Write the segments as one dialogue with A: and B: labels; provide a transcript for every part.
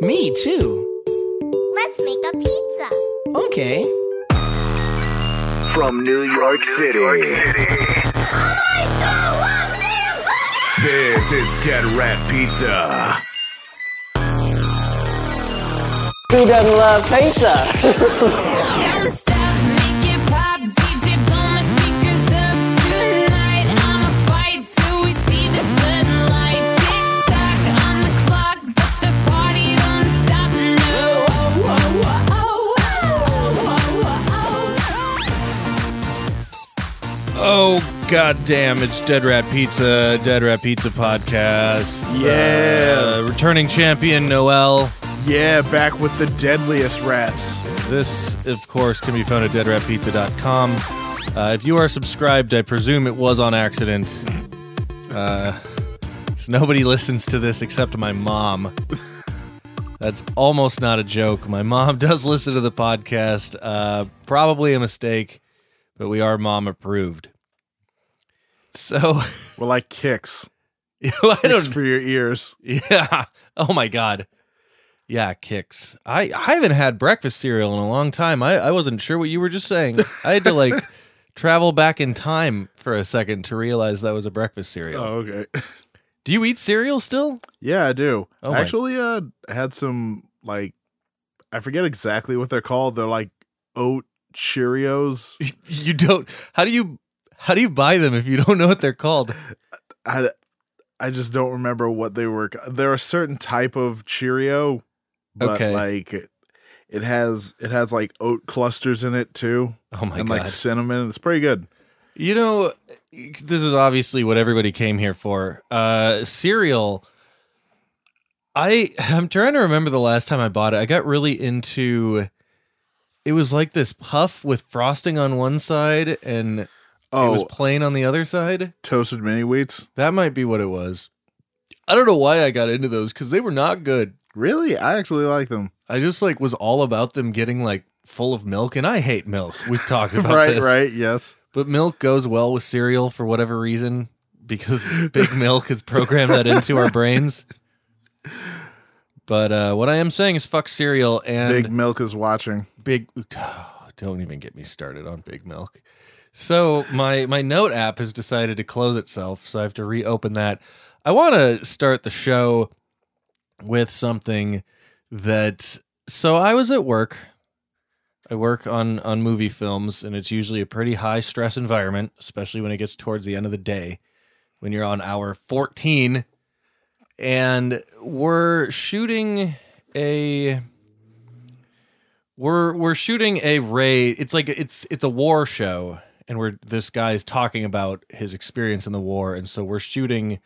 A: Me too.
B: Let's make a pizza.
A: Okay.
C: From New York City,
B: I so want me a
C: this is Dead Rat Pizza.
D: Who doesn't love pizza?
E: Stop, make it pop, DJ, blow my speakers up tonight. I'ma fight till we see the sunlight. Tick tock on the clock, but the party don't stop. No, oh, oh, oh, oh, oh, oh, oh.
F: Oh god damn, it's Dead Rat Pizza, Dead Rat Pizza Podcast.
G: Yeah.
F: Uh, returning champion Noel.
G: Yeah, back with the deadliest rats.
F: This, of course, can be found at deadratpizza.com. Uh, if you are subscribed, I presume it was on accident. Uh, 'cause nobody listens to this except my mom. That's almost not a joke. My mom does listen to the podcast. Uh, probably a mistake, but we are mom approved. So
G: We're like kicks.
F: I
G: Kicks
F: don't.
G: for your ears.
F: Yeah. Oh my god. Yeah, kicks. I I haven't had breakfast cereal in a long time. I I wasn't sure what you were just saying. I had to like travel back in time for a second to realize that was a breakfast cereal.
G: Oh, okay.
F: Do you eat cereal still?
G: Yeah, I do.
F: Oh
G: I
F: my-
G: actually uh had some like I forget exactly what they're called. They're like oat Cheerios.
F: You don't. How do you how do you buy them if you don't know what they're called?
G: I I just don't remember what they were. c- They're a certain type of Cheerio, but
F: Okay.
G: like it- it has it has like oat clusters in it too,
F: Oh my
G: and
F: god.
G: like cinnamon. It's pretty good.
F: You know, this is obviously what everybody came here for. Uh cereal. I I'm trying to remember the last time I bought it. I got really into it was like this puff with frosting on one side and it
G: Oh,
F: was plain on the other side.
G: toasted mini wheats.
F: That might be what it was. I don't know why I got into those cuz they were not good.
G: Really, I actually like them.
F: I just like was all about them getting like full of milk and I hate milk. We've talked about
G: right,
F: this.
G: right, yes.
F: But milk goes well with cereal for whatever reason because big milk has programmed that into our brains. But uh, what I am saying is fuck cereal
G: Big
F: and
G: Milk is watching.
F: big. don't even get me started on big milk. So my my note app has decided to close itself, so I have to reopen that. I want to start the show with something that. So I was at work. I work on on movie films, and it's usually a pretty high stress environment, especially when it gets towards the end of the day, when you're on hour fourteen, and we're shooting a we're we're shooting a raid. It's like it's it's a war show, and we're this guy is talking about his experience in the war, and so we're shooting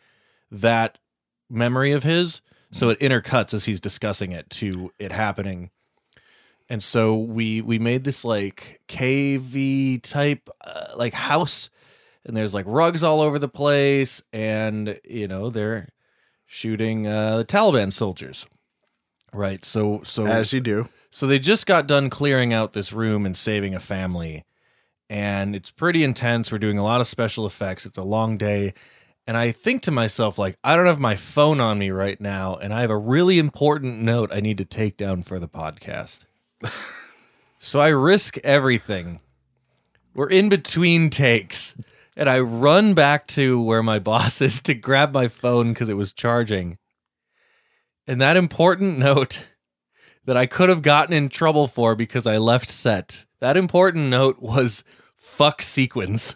F: that memory of his. So it intercuts as he's discussing it to it happening. And so we we made this like cavey type uh, like house, and there's like rugs all over the place, and you know they're shooting uh, the Taliban soldiers, right? So so
G: As you do.
F: so they just got done clearing out this room and saving a family. And it's pretty intense. We're doing a lot of special effects. It's a long day. And I think to myself, like, I don't have my phone on me right now, and I have a really important note I need to take down for the podcast. so I risk everything. We're in between takes, and I run back to where my boss is to grab my phone because it was charging. And that important note that I could have gotten in trouble for because I left set. That important note was fuck sequins.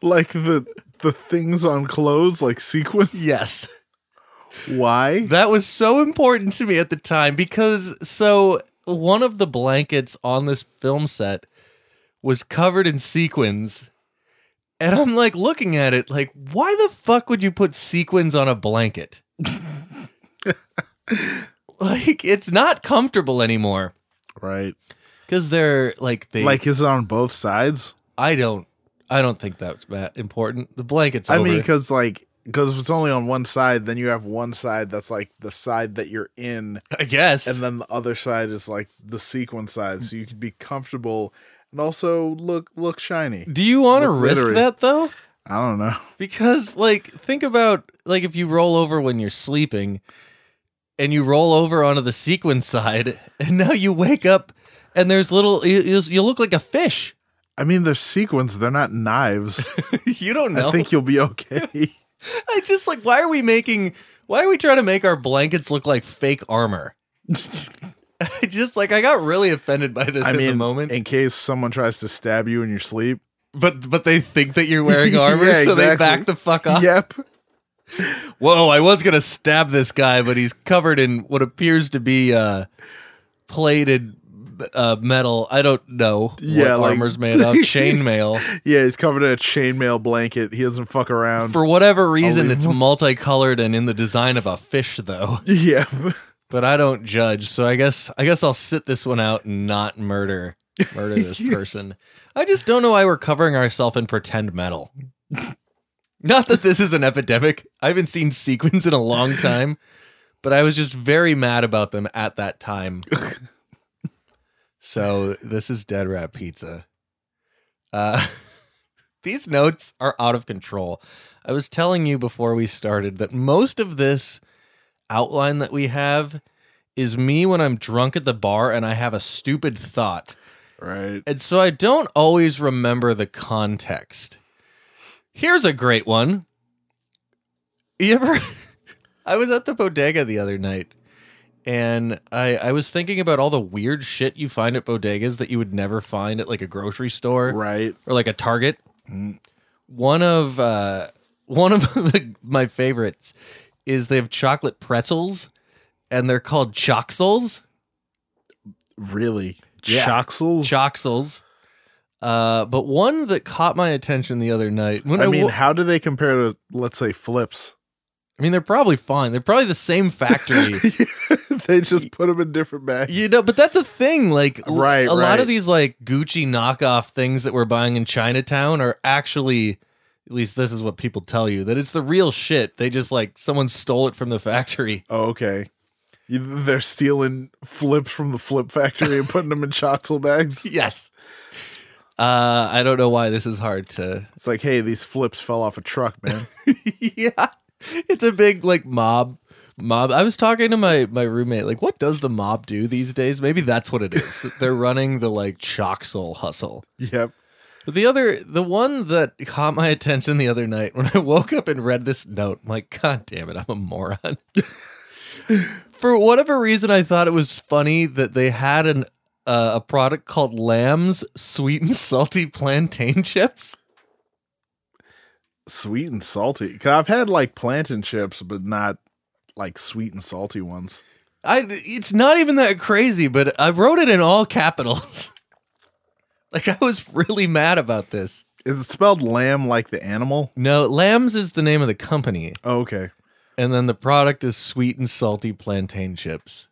G: Like the the things on clothes, like sequins.
F: Yes.
G: Why?
F: That was so important to me at the time because so one of the blankets on this film set was covered in sequins. And I'm like looking at it like why the fuck would you put sequins on a blanket? like it's not comfortable anymore
G: Right.
F: cuz they're like they
G: Like is it on both sides?
F: I don't. I don't think that's that important. The blanket's.
G: I
F: over.
G: mean, because like because if it's only on one side, then you have one side that's like the side that you're in,
F: I guess.
G: and then the other side is like the sequin side, so you could be comfortable and also look look shiny.
F: Do you want to
G: Look
F: risk
G: glittery.
F: that though?
G: I don't know.
F: Because like, think about like if you roll over when you're sleeping, and you roll over onto the sequin side, and now you wake up and there's little. You, you- you look like a fish.
G: I mean, they're sequins. They're not knives.
F: you don't know.
G: I think you'll be okay.
F: I just like why are we making why are we trying to make our blankets look like fake armor? I just like I got really offended by this
G: I
F: at
G: mean,
F: the moment.
G: in case someone tries to stab you in your sleep.
F: but but they think that you're wearing armor,
G: Yeah,
F: so they
G: exactly.
F: back the fuck off.
G: Yep.
F: Whoa, I was gonna stab this guy, but he's covered in what appears to be uh plated uh metal. I don't know
G: Yeah,
F: what
G: like-
F: armor's made of. Chainmail.
G: Yeah, he's covered in a chainmail blanket. He doesn't fuck around.
F: For whatever reason, it's
G: Unbelievable.
F: multicolored and in the design of a fish though.
G: yeah.
F: but I don't judge, so I guess I guess I'll sit this one out and not murder murder this person. I just don't know why we're covering ourselves in pretend metal. not that this is an epidemic. I haven't seen sequins in a long time, but I was just very mad about them at that time. so this is Dead Rat Pizza. Uh, these notes are out of control. I was telling you before we started that most of this outline that we have is me when I'm drunk at the bar and I have a stupid thought.
G: Right.
F: And so I don't always remember the context. Here's a great one. You ever I was at the bodega the other night and I I was thinking about all the weird shit you find at bodegas that you would never find at like a grocery store
G: Right.
F: or like a Target. One of uh, one of the, my favorites is they have chocolate pretzels, and they're called choxels.
G: Really.
F: Yeah.
G: Choxels?
F: Choxels. Uh, but one that caught my attention the other night. When I,
G: I mean,
F: wo-
G: how do they compare to, let's say, flips?
F: I mean, they're probably fine. They're probably the same factory.
G: they just put them in different bags.
F: You know, but that's a thing. Like, l-
G: Right,
F: a lot of
G: right.
F: these like Gucci knockoff things that we're buying in Chinatown are actually, at least this is what people tell you, that it's the real shit. They just like someone stole it from the factory.
G: Oh, okay. You- They're stealing flips from the flip factory and putting them in choxel bags.
F: Yes. Uh, I don't know why this is hard to.
G: It's like, hey, these flips fell off a truck, man.
F: yeah, it's a big like mob. Mob. I was talking to my my roommate. Like, what does the mob do these days? Maybe that's what it is. They're running the like choxel hustle.
G: yep.
F: But the other, the one that caught my attention the other night when I woke up and read this note, I'm like, God damn it, I'm a moron. For whatever reason, I thought it was funny that they had an uh, a product called Lamb's Sweet and Salty Plantain Chips.
G: Sweet and salty. i I've had like plantain chips, but not like sweet and salty ones.
F: I it's not even that crazy, but I wrote it in all capitals. like I was really mad about this.
G: Is it spelled lamb like the animal?
F: No, Lamb's is the name of the company.
G: Oh, okay.
F: and then the product is sweet and salty plantain chips.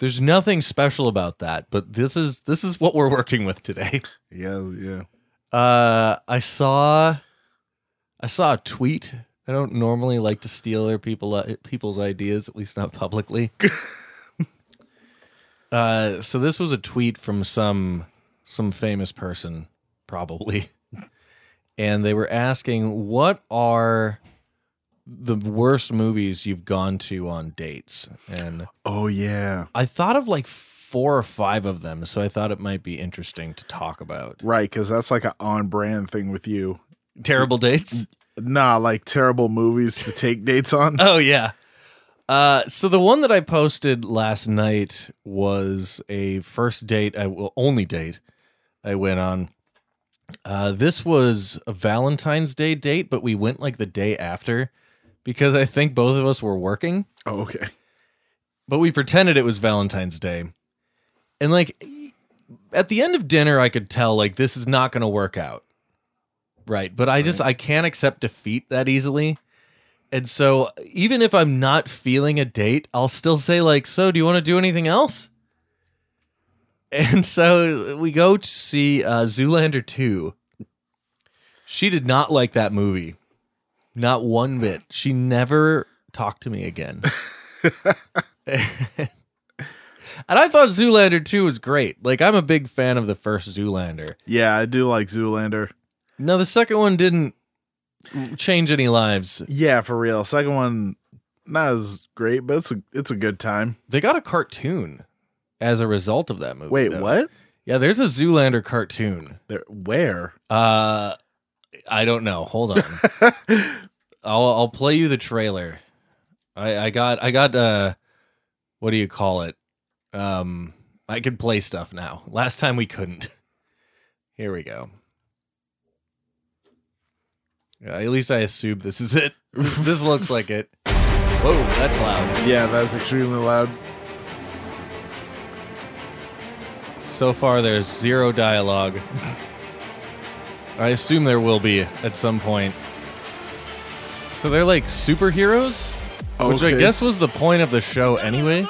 F: There's nothing special about that, but this is this is what we're working with today.
G: Yeah, yeah.
F: Uh, I saw, I saw a tweet. I don't normally like to steal other people uh, people's ideas, at least not publicly. uh, so this was a tweet from some some famous person, probably, and they were asking, "What are the worst movies you've gone to on dates?" And
G: Oh yeah.
F: I thought of like four or five of them, so I thought it might be interesting to talk about.
G: Right, because that's like an on brand thing with you.
F: Terrible dates.
G: Nah, like terrible movies to take dates on.
F: Oh yeah. Uh, so the one that I posted last night was a first date. I well, only date I went on. Uh, this was a Valentine's Day date, but we went like the day after because I think both of us were working,
G: Oh, okay.
F: but we pretended it was Valentine's Day. And like at the end of dinner, I could tell like this is not going to work out. Right. But I just, I can't accept defeat that easily. And so even if I'm not feeling a date, I'll still say, like, so do you want to do anything else? And so we go to see uh, Zoolander 2. She did not like that movie. Not one bit. She never talked to me again. And I thought Zoolander 2 was great. Like, I'm a big fan of the first Zoolander.
G: Yeah, I do like Zoolander.
F: No, the second one didn't change any lives.
G: Yeah, for real. Second one not as great, but it's a it's a good time.
F: They got a cartoon as a result of that movie.
G: Wait,
F: though.
G: what?
F: Yeah, there's a Zoolander cartoon.
G: There, where?
F: Uh, I don't know. Hold on. I'll I'll play you the trailer. I I got I got uh what do you call it? Um I could play stuff now. Last time we couldn't. Here we go. Yeah, at least I assume this is it. this looks like it. Whoa, that's loud.
G: yeah, that's extremely loud.
F: So far there's zero dialogue. I assume there will be at some point. So they're like superheroes? Which I
G: Okay.
F: guess was the point of the show anyway.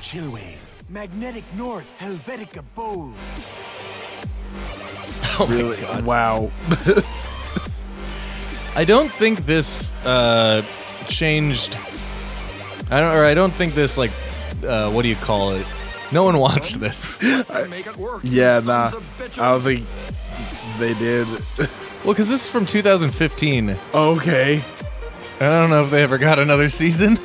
A: Chillwave, Magnetic North, Helvetica Bowl.
F: Oh my
G: Really?
F: God.
G: Wow.
F: I don't think this uh, changed. I don't, or I don't think this like, uh, what do you call it? No one watched this.
A: make it work.
G: Yeah, nah. I don't think they did.
F: Well, because this is from 2015. and
G: okay.
F: I don't know if they ever got another season.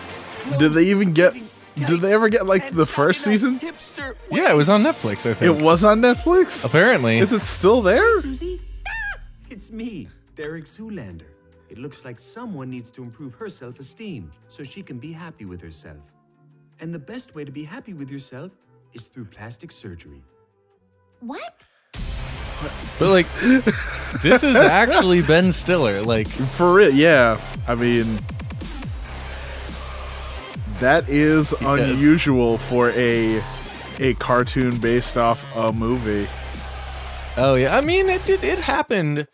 G: Did they even get? Did they ever get like the first season?
A: Hipster.
F: Yeah, it was on Netflix. I
G: It
F: think.
G: was on Netflix.
F: Apparently,
G: Is it still there?
A: Susie? Ah, It's me, Derek Zoolander. It looks like someone needs to improve her self esteem so she can be happy with herself. And the best way to be happy with yourself is through plastic surgery.
B: What?
F: but like, this is actually Ben Stiller. Like,
G: For real? Yeah. I mean, that is unusual for a a cartoon based off a movie.
F: oh yeah. I mean, it did. It happened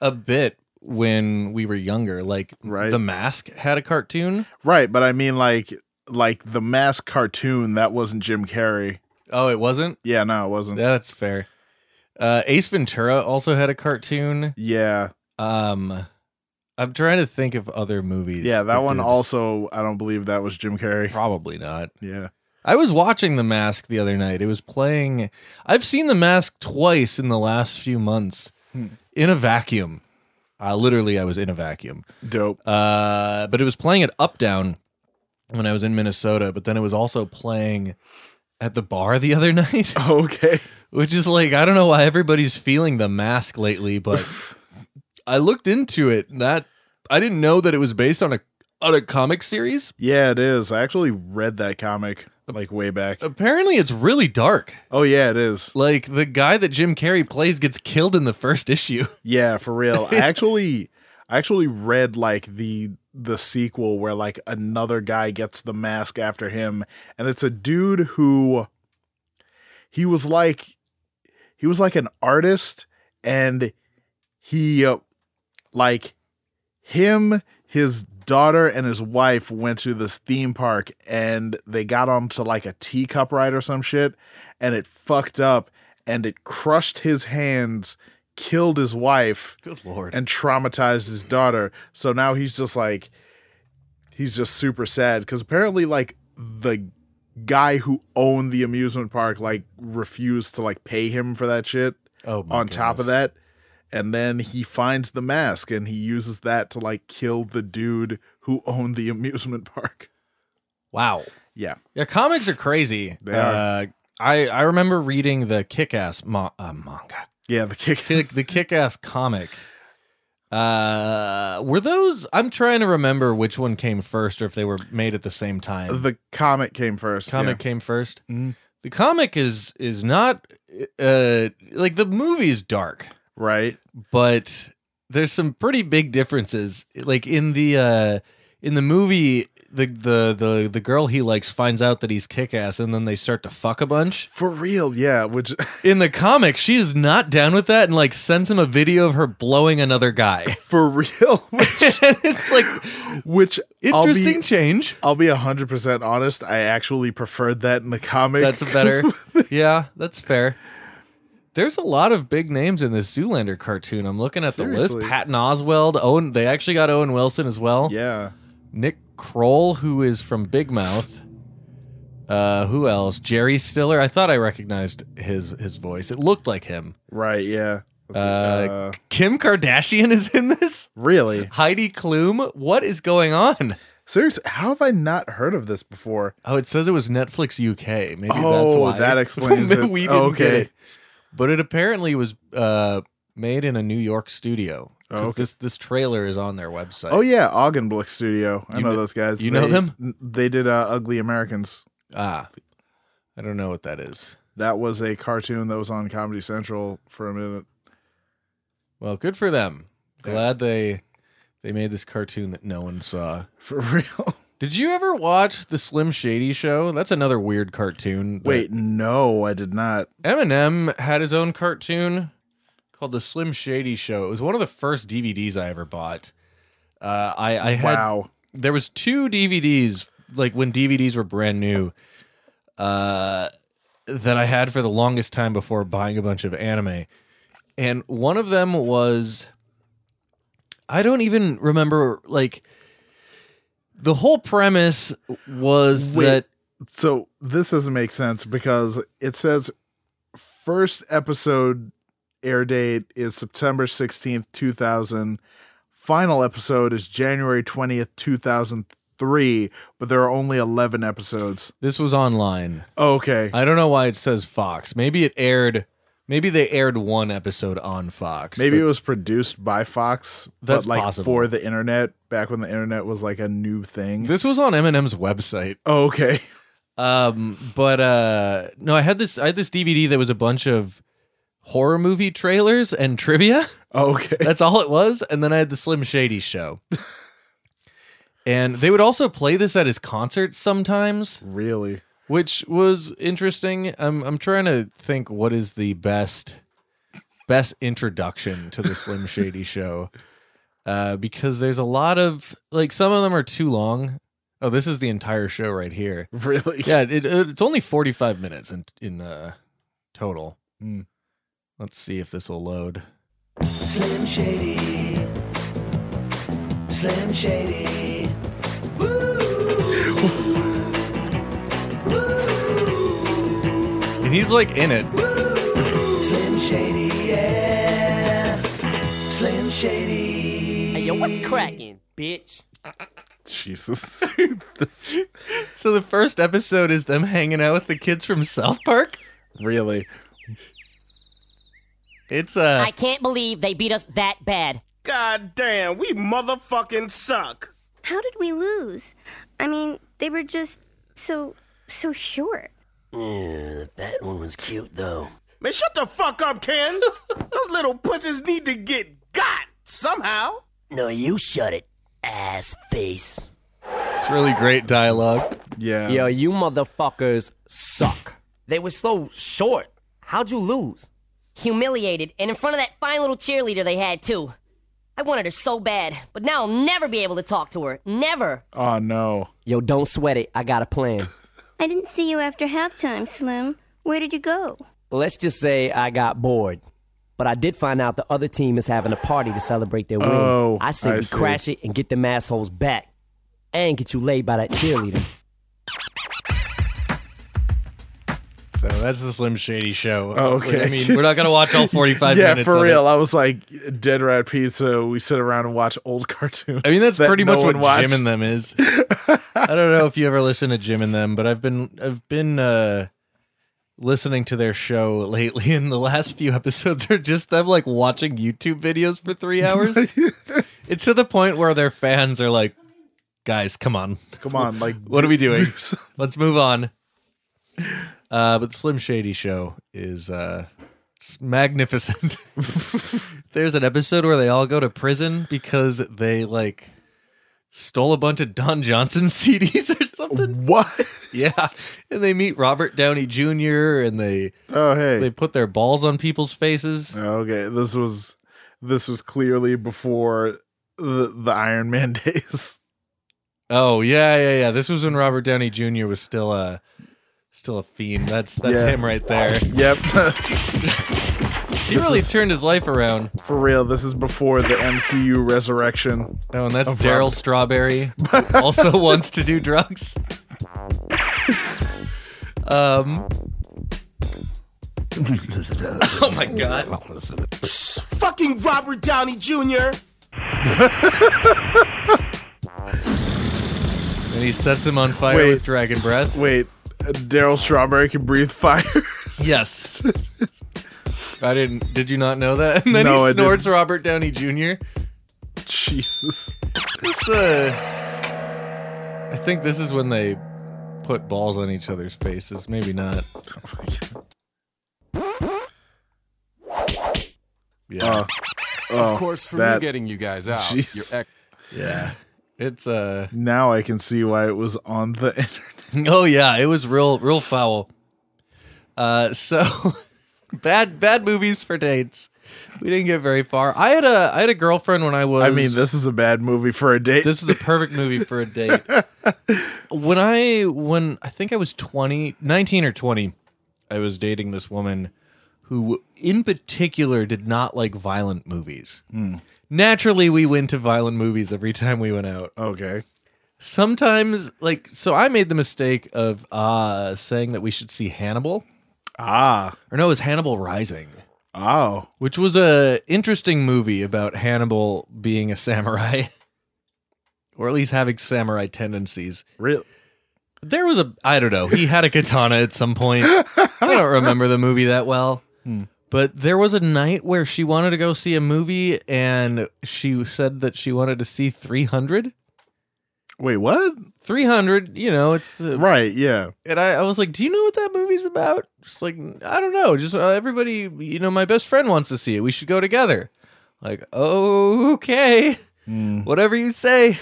F: a bit when we were younger. Like,
G: Right.
F: The Mask had a cartoon.
G: Right, but I mean like like the mask cartoon that wasn't Jim Carrey.
F: Oh, it wasn't.
G: Yeah, no, it wasn't. Yeah.
F: That's fair. Uh, Ace Ventura also had a cartoon.
G: Yeah,
F: Um, I'm trying to think of other movies.
G: that one
F: did-
G: also I don't believe that was Jim Carrey.
F: probably not.
G: Yeah.
F: I was watching The Mask the other night. It was playing. I've seen The Mask twice in the last few months
G: Hmm.
F: in a vacuum. Uh, literally, I was in a vacuum.
G: Dope.
F: Uh, but it was playing at Up Down when I was in Minnesota. But then it was also playing at the bar the other night.
G: Okay.
F: which is like I don't know why everybody's feeling the mask lately, but I looked into it. and That I didn't know that it was based on a on a comic series.
G: Yeah, it is. I actually read that comic like way back.
F: Uh, Apparently, it's really dark.
G: Oh yeah, it is.
F: Like the guy that Jim Carrey plays gets killed in the first issue.
G: Yeah, for real. I actually I actually read like the the sequel where like another guy gets the mask after him and it's a dude who he was like he was like an artist and he uh, like him his daughter and his wife went to this theme park and they got onto like a teacup ride or some shit and it fucked up and it crushed his hands killed his wife
F: Good lord!
G: and traumatized his daughter. So now he's just like, he's just super sad because apparently, like, the guy who owned the amusement park, like, refused to, like, pay him for that shit
F: oh, my
G: on top of
F: goodness.
G: that. And then he finds the mask and he uses that to, like, kill the dude who owned the amusement park.
F: wow.
G: Yeah.
F: Yeah, comics are crazy.
G: They are.
F: Uh, I I remember reading the Kick-Ass ma- uh, manga,
G: Yeah. The kick.
F: Kick, the Kick-Ass comic. Uh, were those? I'm trying to remember which one came first, or if they were made at the same time.
G: The comic came first.
F: comic came 1st
G: Mhm.
F: The comic is is not uh like the movie is dark,
G: yeah. Right.
F: but there's some pretty big differences. Like in the uh in the movie the the the the girl he likes finds out that he's kick ass and then they start to fuck a bunch.
G: For real. Yeah. Which,
F: In the comic, she is not down with that and like sends him a video of her blowing another guy.
G: for real.
F: it's like
G: which I'll be-
F: interesting change.
G: I'll be 100% honest. I actually preferred that in the comic.
F: That's a better. yeah, that's fair. There's a lot of big names in this Zoolander cartoon. I'm looking at the
G: Seriously.
F: list. Patton Oswald, Owen. They actually got Owen Wilson as well.
G: yeah.
F: Nick Kroll, who is from Big Mouth. Uh, who else? Jerry Stiller. I thought I recognized his his voice. It looked like him.
G: Right. Yeah. Let's see,
F: Uh, Kim Kardashian is in this.
G: really?
F: Heidi Klum. What is going on?
G: Seriously, how have I not heard of this before?
F: Oh, it says it was Netflix UK. Maybe that's
G: Oh,
F: why
G: that explains it.
F: we didn't get
G: Okay.
F: it. But it apparently was uh, made in a New York studio. 'Cause
G: Oh, okay.
F: This this trailer is on their website.
G: Oh yeah, Augenblick Studio. I
F: You
G: know
F: kn-
G: those guys.
F: you know
G: They-
F: them?
G: They did uh, Ugly Americans.
F: Ah, I don't know what that is.
G: That was a cartoon that was on Comedy Central for a minute.
F: Well, good for them.
G: Yeah.
F: Glad they they made this cartoon that no one saw.
G: For real?
F: Did you ever watch the Slim Shady show? That's another weird cartoon. that-
G: Wait, no, I did not.
F: Eminem had his own cartoon called The Slim Shady Show. It was one of the first DVDs I ever bought. Uh, I, I had
G: Wow.
F: there was two DVDs like when DVDs were brand new uh, that I had for the longest time before buying a bunch of anime, and one of them was I don't even remember like the whole premise was
G: Wait.
F: that
G: So this doesn't make sense because it says first episode air date is September 16th, 2000. Final episode is January 20th, 2003, but there are only 11 episodes. Oh,
F: this was online.
G: Okay.
F: I don't know why it says Fox. Maybe it aired. Maybe they aired one episode on Fox.
G: Maybe
F: but-
G: it was produced by Fox,
F: That's
G: but like
F: possible.
G: for the internet back when the internet was like a new thing.
F: this was on Eminem's website.
G: oh, okay.
F: Um, but uh, no, I had this. I had this DVD that was a bunch of horror movie trailers and trivia.
G: Okay.
F: That's all it was. And then I had the Slim Shady show. And they would also play this at his concerts sometimes,
G: really?
F: which was interesting. I'm I'm trying to think what is the best best introduction to the Slim Shady show, uh, because there's a lot of like some of them are too long. Oh, this is the entire show right here.
G: Really?
F: Yeah, it, it's only 45 minutes in in uh, total.
G: Hmm.
F: Let's see if this will load.
H: Slim Shady. Slim Shady.
F: And he's like in it.
H: Slim Shady, yeah. Slim Shady.
I: Hey, yo, what's cracking, bitch?
G: Jesus.
F: So the first episode is them hanging out with the kids from South Park.
G: really?
F: It's uh
I: I can't believe they beat us that bad.
J: God damn, we motherfucking suck.
B: How did we lose? I mean, they were just so, so short.
H: That one was cute, though.
J: Man, shut the fuck up, Ken. Those little pussies need to get got somehow.
H: No, you shut it, ass face.
F: it's really great dialogue.
G: Yeah.
I: Yo, you motherfuckers suck. They were so short. How'd you lose? Humiliated, and in front of that fine little cheerleader they had, too. I wanted her so bad, but now I'll never be able to talk to her. Never.
G: Oh no.
I: Yo, don't sweat it. I got a plan.
B: I didn't see you after halftime, Slim. Where did you go?
I: Let's just say I got bored. But I did find out the other team is having a party to celebrate their win.
G: Oh,
I: I say
G: I
I: we
G: see.
I: crash it and get them assholes back. And get you laid by that cheerleader.
F: So that's the Slim Shady show.
G: Oh, okay.
F: I mean, we're not gonna watch all 45
G: yeah,
F: minutes.
G: for
F: of it.
G: real. I was like, Dead Rat Pizza. We sit around and watch old cartoons.
F: I mean, that's
G: that
F: pretty
G: no
F: much
G: one
F: what
G: watched.
F: Jim and them is. I don't know if you ever listen to Jim and them, but I've been I've been uh, listening to their show lately, and the last few episodes are just them like watching YouTube videos for three hours. it's to the point where their fans are like, "Guys, come on,
G: Come on, like,
F: what are we doing?
G: some-
F: Let's move on." Uh, but the Slim Shady show is uh, it's magnificent. There's an episode where they all go to prison because they like stole a bunch of Don Johnson CDs or something.
G: what?
F: Yeah, and they meet Robert Downey Jr. and they
G: Oh hey. Oh,
F: they put their balls on people's faces.
G: okay, this was this was clearly before the the Iron Man days.
F: Oh yeah, yeah, yeah. This was when Robert Downey Jr. was still a still a fiend. That's that's
G: Yeah.
F: him right there.
G: Yep.
F: He really turned his life around.
G: for real, this is before the MCU resurrection.
F: Oh, and that's
G: Of
F: Daryl
G: Robert.
F: Strawberry, who also wants to do drugs. Um. oh my god.
J: fucking Robert Downey Jr.
F: And he sets him on fire
G: Wait.
F: with dragon breath.
G: Wait, uh, Daryl Strawberry can breathe fire.
F: Yes. I didn't. Did you not know that? And then
G: No, I
F: he
G: didn't.
F: snorts Robert Downey Jr.
G: Jesus.
F: This, uh, I think this is when they put balls on each other's faces. Maybe not.
G: Oh
F: Yeah.
G: Uh,
K: of course, for
G: that-
K: me getting you guys out,
G: Jeez.
K: your ex-
F: yeah. It's uh
G: Now I can see why it was on the internet.
F: oh yeah, it was real real foul. Uh so bad bad movies for dates. We didn't get very far. I had a I had a girlfriend when I was
G: I mean, this is a bad movie for a date.
F: this is a perfect movie for a date. when I when I think I was 20, 19 or 20, I was dating this woman who in particular did not like violent movies.
G: Hmm.
F: Naturally, we went to violent movies every time we went out.
G: okay.
F: Sometimes like so I made the mistake of uh saying that we should see Hannibal
G: Ah.
F: or no, it was Hannibal Rising.
G: Oh.
F: Which was a interesting movie about Hannibal being a samurai, or at least having samurai tendencies.
G: Real.
F: There was a I don't know. He had a katana at some point. I don't remember the movie that well. But there was a night where she wanted to go see a movie and she said that she wanted to see 300.
G: Wait, what?
F: 300, you know, it's the,
G: Right, yeah.
F: and I, I was like, "Do you know what that movie's about?" Just like, I don't know. Just uh, everybody, you know, my best friend wants to see it. We should go together. Like, okay, whatever you say.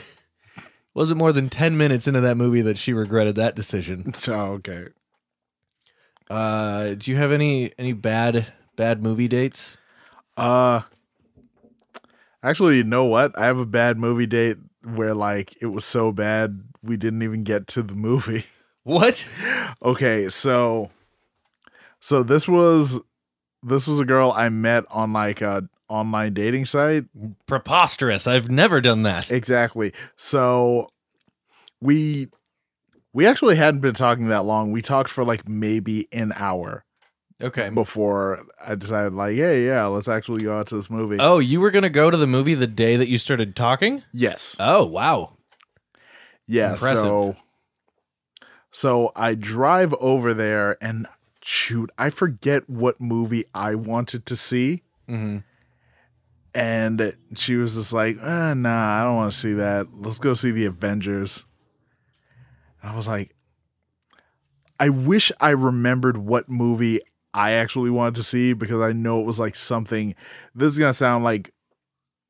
F: Wasn't more than ten minutes into that movie that she regretted that decision.
G: Oh, okay.
F: Uh, do you have any any bad bad movie dates?
G: Uh Actually, you know what? I have a bad movie date where like it was so bad we didn't even get to the movie.
F: What?
G: Okay, so so this was this was a girl I met on like a online dating site.
F: Preposterous! I've never done that.
G: Exactly. So we we actually hadn't been talking that long. We talked for like maybe an hour
F: Okay.
G: before I decided like, hey, yeah, let's actually go out to this movie.
F: Oh, you were gonna go to the movie the day that you started talking?
G: Yes.
F: Oh, wow.
G: Yeah.
F: Impressive.
G: So, so I drive over there and shoot, I forget what movie I wanted to see.
F: hmm
G: And she was just like, uh, nah, I don't want to see that. Let's go see the Avengers. And I was like, I wish I remembered what movie I actually wanted to see because I know it was like something. This is going to sound like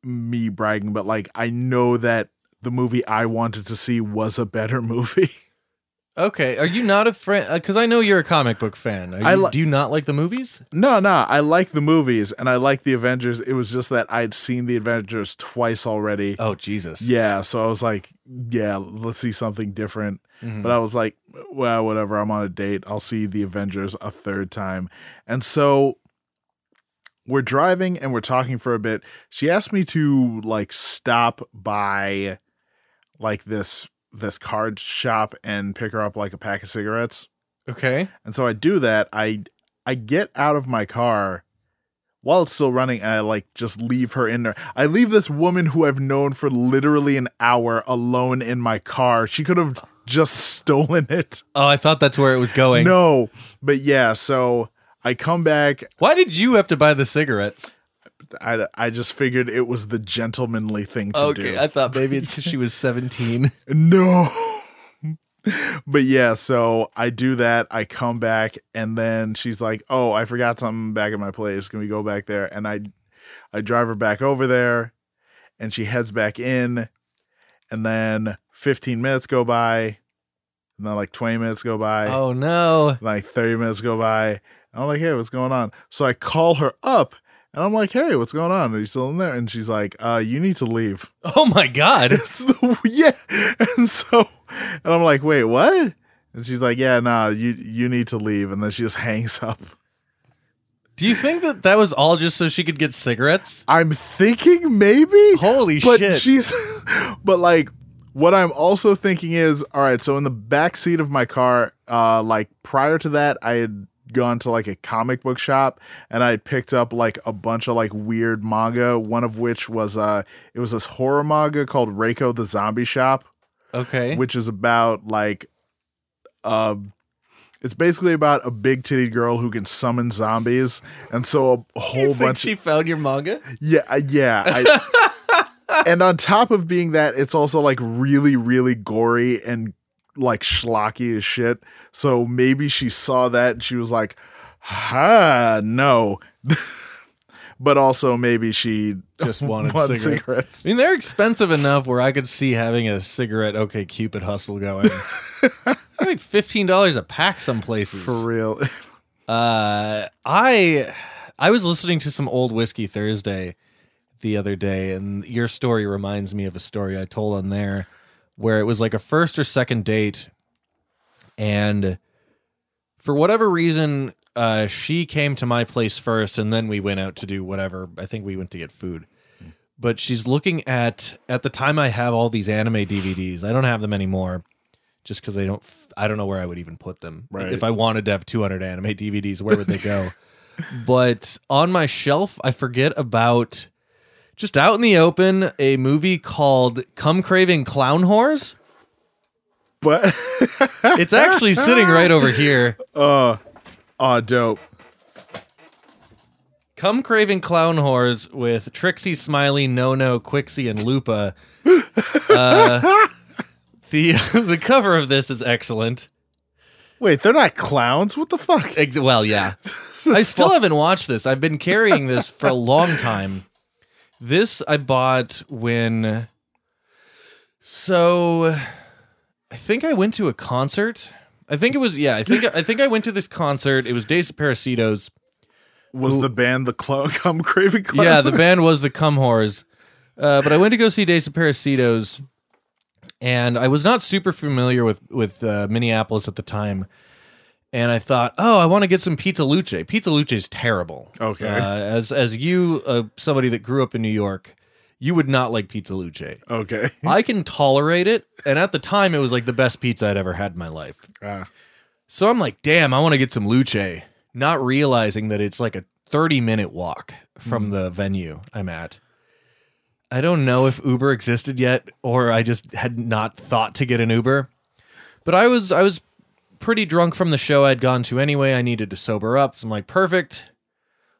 G: me bragging, but like I know that the movie I wanted to see was a better movie.
F: Okay, are you not a friend? Because I know you're a comic book fan. Are
G: I
F: you-
G: li-
F: do you not like the movies?
G: No, no, I like the movies and I like the Avengers. It was just that I'd seen the Avengers twice already.
F: Oh Jesus!
G: Yeah, so I was like, yeah, let's see something different.
F: Mhm.
G: But I was like, well, whatever, I'm on a date. I'll see the Avengers a third time. And so we're driving and we're talking for a bit. She asked me to like stop by like this this card shop and pick her up like a pack of cigarettes.
F: Okay.
G: And so I do that. I I get out of my car while it's still running and I like just leave her in there. I leave this woman who I've known for literally an hour alone in my car. She could have just stolen it.
F: Oh, I thought that's where it was going.
G: No. But yeah, so I come back.
F: Why did you have to buy the cigarettes?
G: I, I just figured it was the gentlemanly thing to do.
F: Okay, I thought maybe it's because she was seventeen.
G: No. but yeah, so I do that. I come back, and then she's like, "Oh, I forgot something back at my place. Can we go back there?" And I, I drive her back over there, and she heads back in, and then 15 minutes go by, and then like 20 minutes go by,
F: oh no!
G: and, like 30 minutes go by. And I'm like, "Hey, what's going on?" So I call her up, and I'm like, "Hey, what's going on? Are you still in there?" And she's like, "Uh, you need to leave."
F: Oh my God!
G: it's the yeah and so and i'm like wait what and she's like yeah nah you you need to leave and then she just hangs up
F: Do you think that that was all just so she could get cigarettes?
G: i'm thinking maybe
F: Holy
G: but
F: shit!
G: she's but like what i'm also thinking is all right so in the back seat of my car uh like prior to that i had gone to like a comic book shop and I picked up like a bunch of like weird manga, one of which was uh it was this horror manga called Reiko the Zombie Shop.
F: Okay.
G: Which is about like uh it's basically about a big titted girl who can summon zombies, and so a whole
F: you think
G: bunch.
F: she found your manga?
G: yeah, uh, yeah. I, and on top of being that, it's also like really, really gory and like schlocky as shit. So maybe she saw that and she was like, "Ha, no." but also maybe she
F: Just wanted cigarettes. I mean, they're expensive enough where I could see having a cigarette OK Cupid hustle going. I think fifteen dollars a pack some places. For
G: real.
F: Uh I I was listening to some old whiskey Thursday the other day, and your story reminds me of a story I told on there where it was like a first or second date, and for whatever reason, uh, she came to my place first, and then we went out to do whatever. I think we went to get food. But she's looking at at the time I have all these anime DVDs. I don't have them anymore, just because they don't. f- I don't know where I would even put them.
G: Right.
F: If I wanted to have 200 anime DVDs, where would they go? but on my shelf, I forget about just out in the open a movie called "Come Craving Clown Whores."
G: But
F: it's actually sitting right over here.
G: Uh, oh, dope.
F: Come Craving Clown Whores with Trixie, Smiley, No No, Quixie, and Lupa. Uh, the the cover of this is excellent.
G: Wait, they're not clowns. What the fuck?
F: Ex- well, yeah. I still haven't watched this. I've been carrying this for a long time. This I bought when. So, I think I went to a concert. I think it was yeah. I think I think I went to this concert. It was Days of Parasitos.
G: Was the band the clown come craving clown?
F: Yeah, the band was the Cum Whores. Uh, but I went to go see Days of Parasitos, and I was not super familiar with with uh, Minneapolis at the time. And I thought, oh, I want to get some pizza luce. Pizza luce is terrible.
G: Okay.
F: Uh, as as you, uh, somebody that grew up in New York, you would not like pizza luce.
G: Okay.
F: I can tolerate it, and at the time, it was like the best pizza I'd ever had in my life.
G: Ah.
F: So I'm like, damn, I want to get some luce, not realizing that it's like a 30 minute walk from the venue I'm at. I don't know if Uber existed yet or I just had not thought to get an Uber. But I was I was pretty drunk from the show I'd gone to anyway. I needed to sober up. So I'm like, perfect.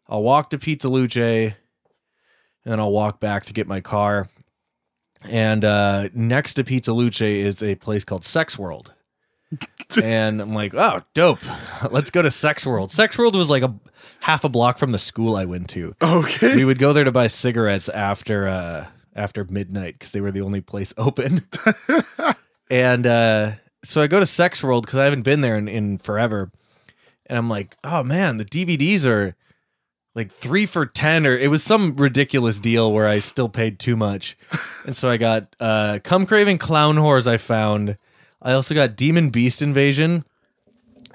F: I'll walk to Pizza Luce and then I'll walk back to get my car. And uh, next to Pizza Luce is a place called Sex World and I'm like, oh, dope. Let's go to Sex World. Sex World was like a half a block from the school I went to.
G: Okay.
F: We would go there to buy cigarettes after uh after midnight because they were the only place open. and uh so I go to Sex World because I haven't been there in, in forever. And I'm like, oh man, the DVDs are like three for ten or it was some ridiculous deal where I still paid too much. And so I got uh Come Craving Clown Whores I found. I also got Demon Beast Invasion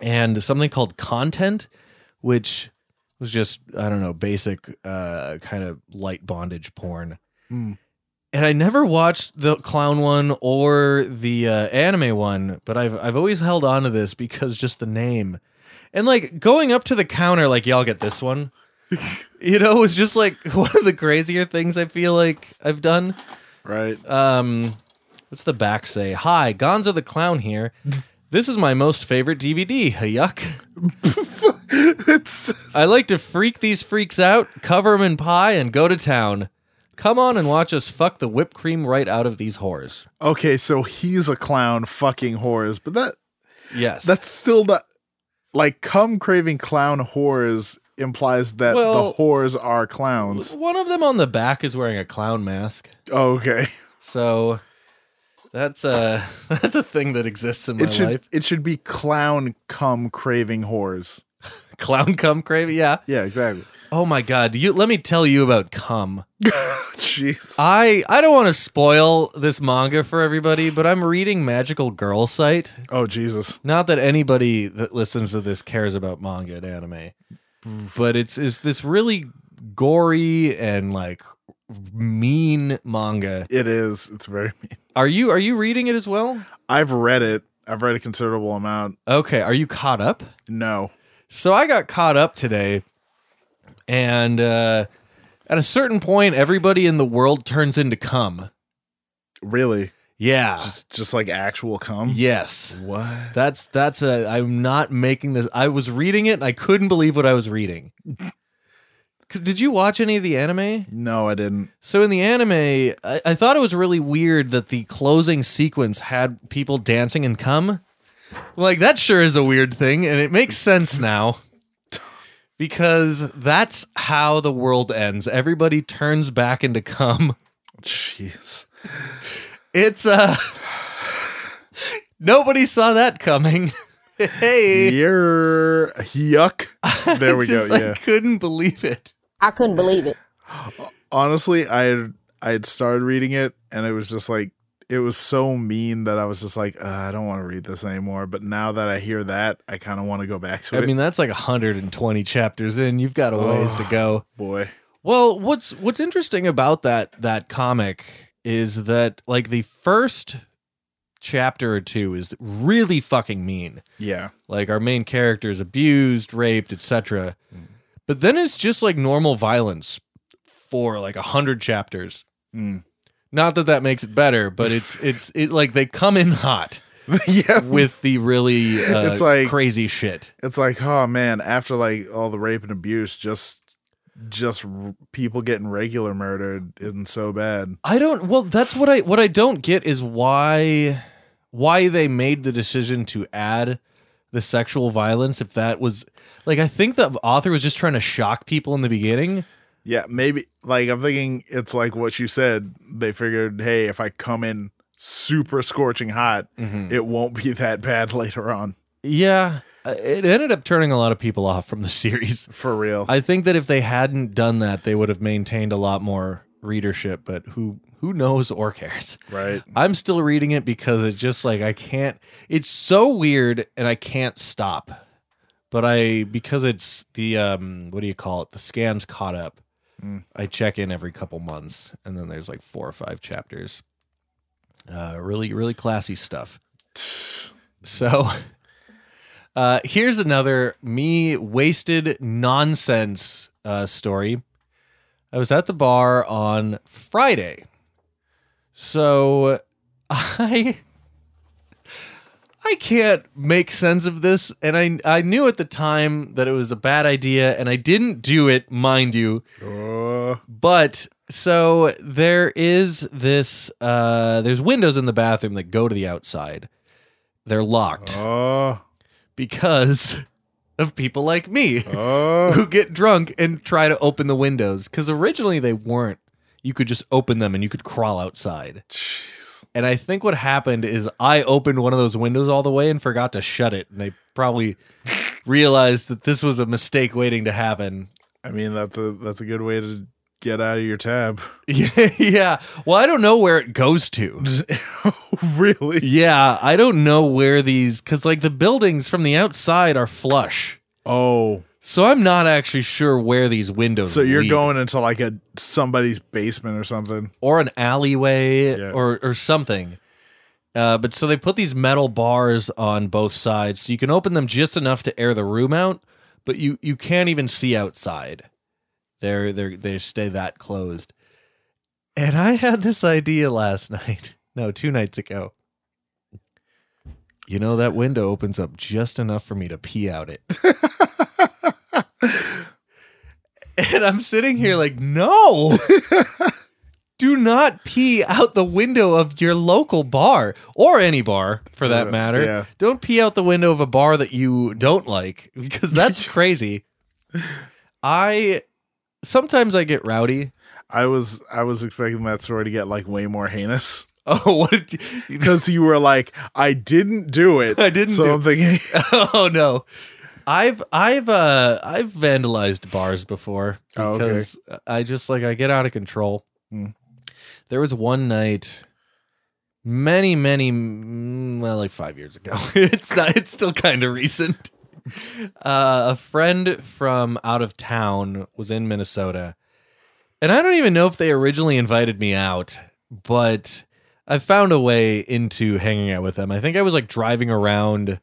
F: and something called Content, which was just, I don't know, basic uh kind of light bondage porn. And I never watched the clown one or the uh, anime one, but I've I've always held on to this because just the name. And like going up to the counter like y'all get this one you know, it was just like one of the crazier things I feel like I've done.
G: Right.
F: Um, what's the back say? Hi, Gonzo the Clown here. This is my most favorite DVD. Yuck. I like to freak these freaks out, cover them in pie, and go to town. Come on and watch us fuck the whipped cream right out of these whores.
G: Okay, so he's a clown fucking whores, but that
F: Yes.
G: that's still not like come craving clown whores implies that
F: Well-
G: the whores are clowns.
F: One of them on the back is wearing a clown mask.
G: Okay.
F: So that's a that's a thing that exists in my
G: It should
F: life.
G: it should be clown come craving whores.
F: Clown cum craving, yeah.
G: Yeah, exactly.
F: Oh my god, you let me tell you about cum.
G: Oh, Jeez.
F: I I don't want to spoil this manga for everybody, but I'm reading Magical Girl Sight.
G: Oh Jesus.
F: Not that anybody that listens to this cares about manga and anime. But it's it's this really gory and like mean manga.
G: It is. It's very mean.
F: Are you are you reading it as well?
G: I've read it. I've read a considerable amount.
F: Okay, are you caught up?
G: No.
F: So I got caught up today, and uh, at a certain point, everybody in the world turns into cum.
G: Really?
F: Yeah.
G: Just, just like actual cum?
F: Yes.
G: What?
F: That's that's a. I'm not making this. I was reading it. and I couldn't believe what I was reading. 'Cause Did you watch any of the anime?
G: No, I didn't.
F: So in the anime, I, I thought it was really weird that the closing sequence had people dancing and cum. Like that sure is a weird thing, and it makes sense now. Because that's how the world ends. Everybody turns back into cum.
G: Jeez.
F: It's uh Nobody saw that coming. hey.
G: You're yuck. There we
F: Just,
G: go.
F: I
G: yeah.
F: couldn't believe it.
L: I couldn't believe it.
G: Honestly, I had, I had started reading it and it was just like it was so mean that I was just like, uh, I don't want to read this anymore. But now that I hear that, I kind of want to go back to
F: I
G: it.
F: mean, that's like 120 chapters in. You've got a ways to
G: Oh,
F: go.
G: boy.
F: Well, what's what's interesting about that that comic is that like the first chapter or two is really fucking mean.
G: Yeah.
F: Like our main character is abused, raped, etc.
G: Mm.
F: But then it's just like normal violence for like a hundred chapters.
G: Mm.
F: Not that that makes it better, but it's it's it like they come in hot
G: yeah.
F: with the really uh,
G: It's like-
F: crazy shit.
G: It's like, oh man, after like all the rape and abuse, just just r- people getting regular murdered isn't so bad.
F: I don't well that's what I what I don't get is why why they made the decision to add the sexual violence if that was like I think the author was just trying to shock people in the beginning.
G: Yeah, maybe like I'm thinking it's like what you said. They figured, hey, if I come in super scorching hot,
F: Hmm.
G: it won't be that bad later on.
F: Yeah, uh, it ended up turning a lot of people off from the series.
G: For real.
F: I think that if they hadn't done that, they would have maintained a lot more readership, but who who knows or cares.
G: Right.
F: I'm still reading it because it's just like I can't it's so weird and I can't stop. But I because it's the um what do you call it? The scans caught up.
G: Mm.
F: I check in every couple months and then there's like four or five chapters. Uh really really classy stuff. So uh here's another me wasted nonsense uh story. I was at the bar on Friday. So I I can't make sense of this and I I knew at the time that it was a bad idea and I didn't do it, mind you.
G: Oh,
F: But so there is this uh there's windows in the bathroom that go to the outside. They're locked
G: oh,
F: because of people like me
G: oh.
F: who get drunk and try to open the windows cuz originally they weren't. You could just open them and you could crawl outside.
G: Jeez.
F: And I think what happened is I opened one of those windows all the way and forgot to shut it. And they probably realized that this was a mistake waiting to happen.
G: I mean, that's a that's a good way to get out of your tab.
F: yeah. Well, I don't know where it goes to.
G: really?
F: Yeah. I don't know where these, because like the buildings from the outside are flush.
G: Oh,
F: So I'm not actually sure where these windows
G: so you're
F: lead.
G: going into like a somebody's basement or something?
F: or an alleyway
G: Yeah.
F: or or something. Uh, but so they put these metal bars on both sides, so you can open them just enough to air the room out, but you you can't even see outside. They're they are they stay that closed. And I had this idea last night, no, two nights ago. You know that window opens up just enough for me to pee out it. And I'm sitting here like, no, do not pee out the window of your local bar or any bar for that
G: Uh,
F: matter.
G: yeah.
F: Don't pee out the window of a bar that you don't like because that's crazy. I sometimes I get rowdy.
G: I was I was expecting that story to get like way more heinous.
F: Oh, what? Did you,
G: because you were like, I didn't do it.
F: I didn't
G: So
F: do
G: I'm thinking,
F: oh no. I've I've uh I've vandalized bars before
G: Oh, okay.
F: because I just like I get out of control.
G: Hmm.
F: There was one night many many mm, well like 5 years ago. it's not it's still kind of recent. Uh, a friend from out of town was in Minnesota. And I don't even know if they originally invited me out, but I found a way into hanging out with them. I think I was like driving around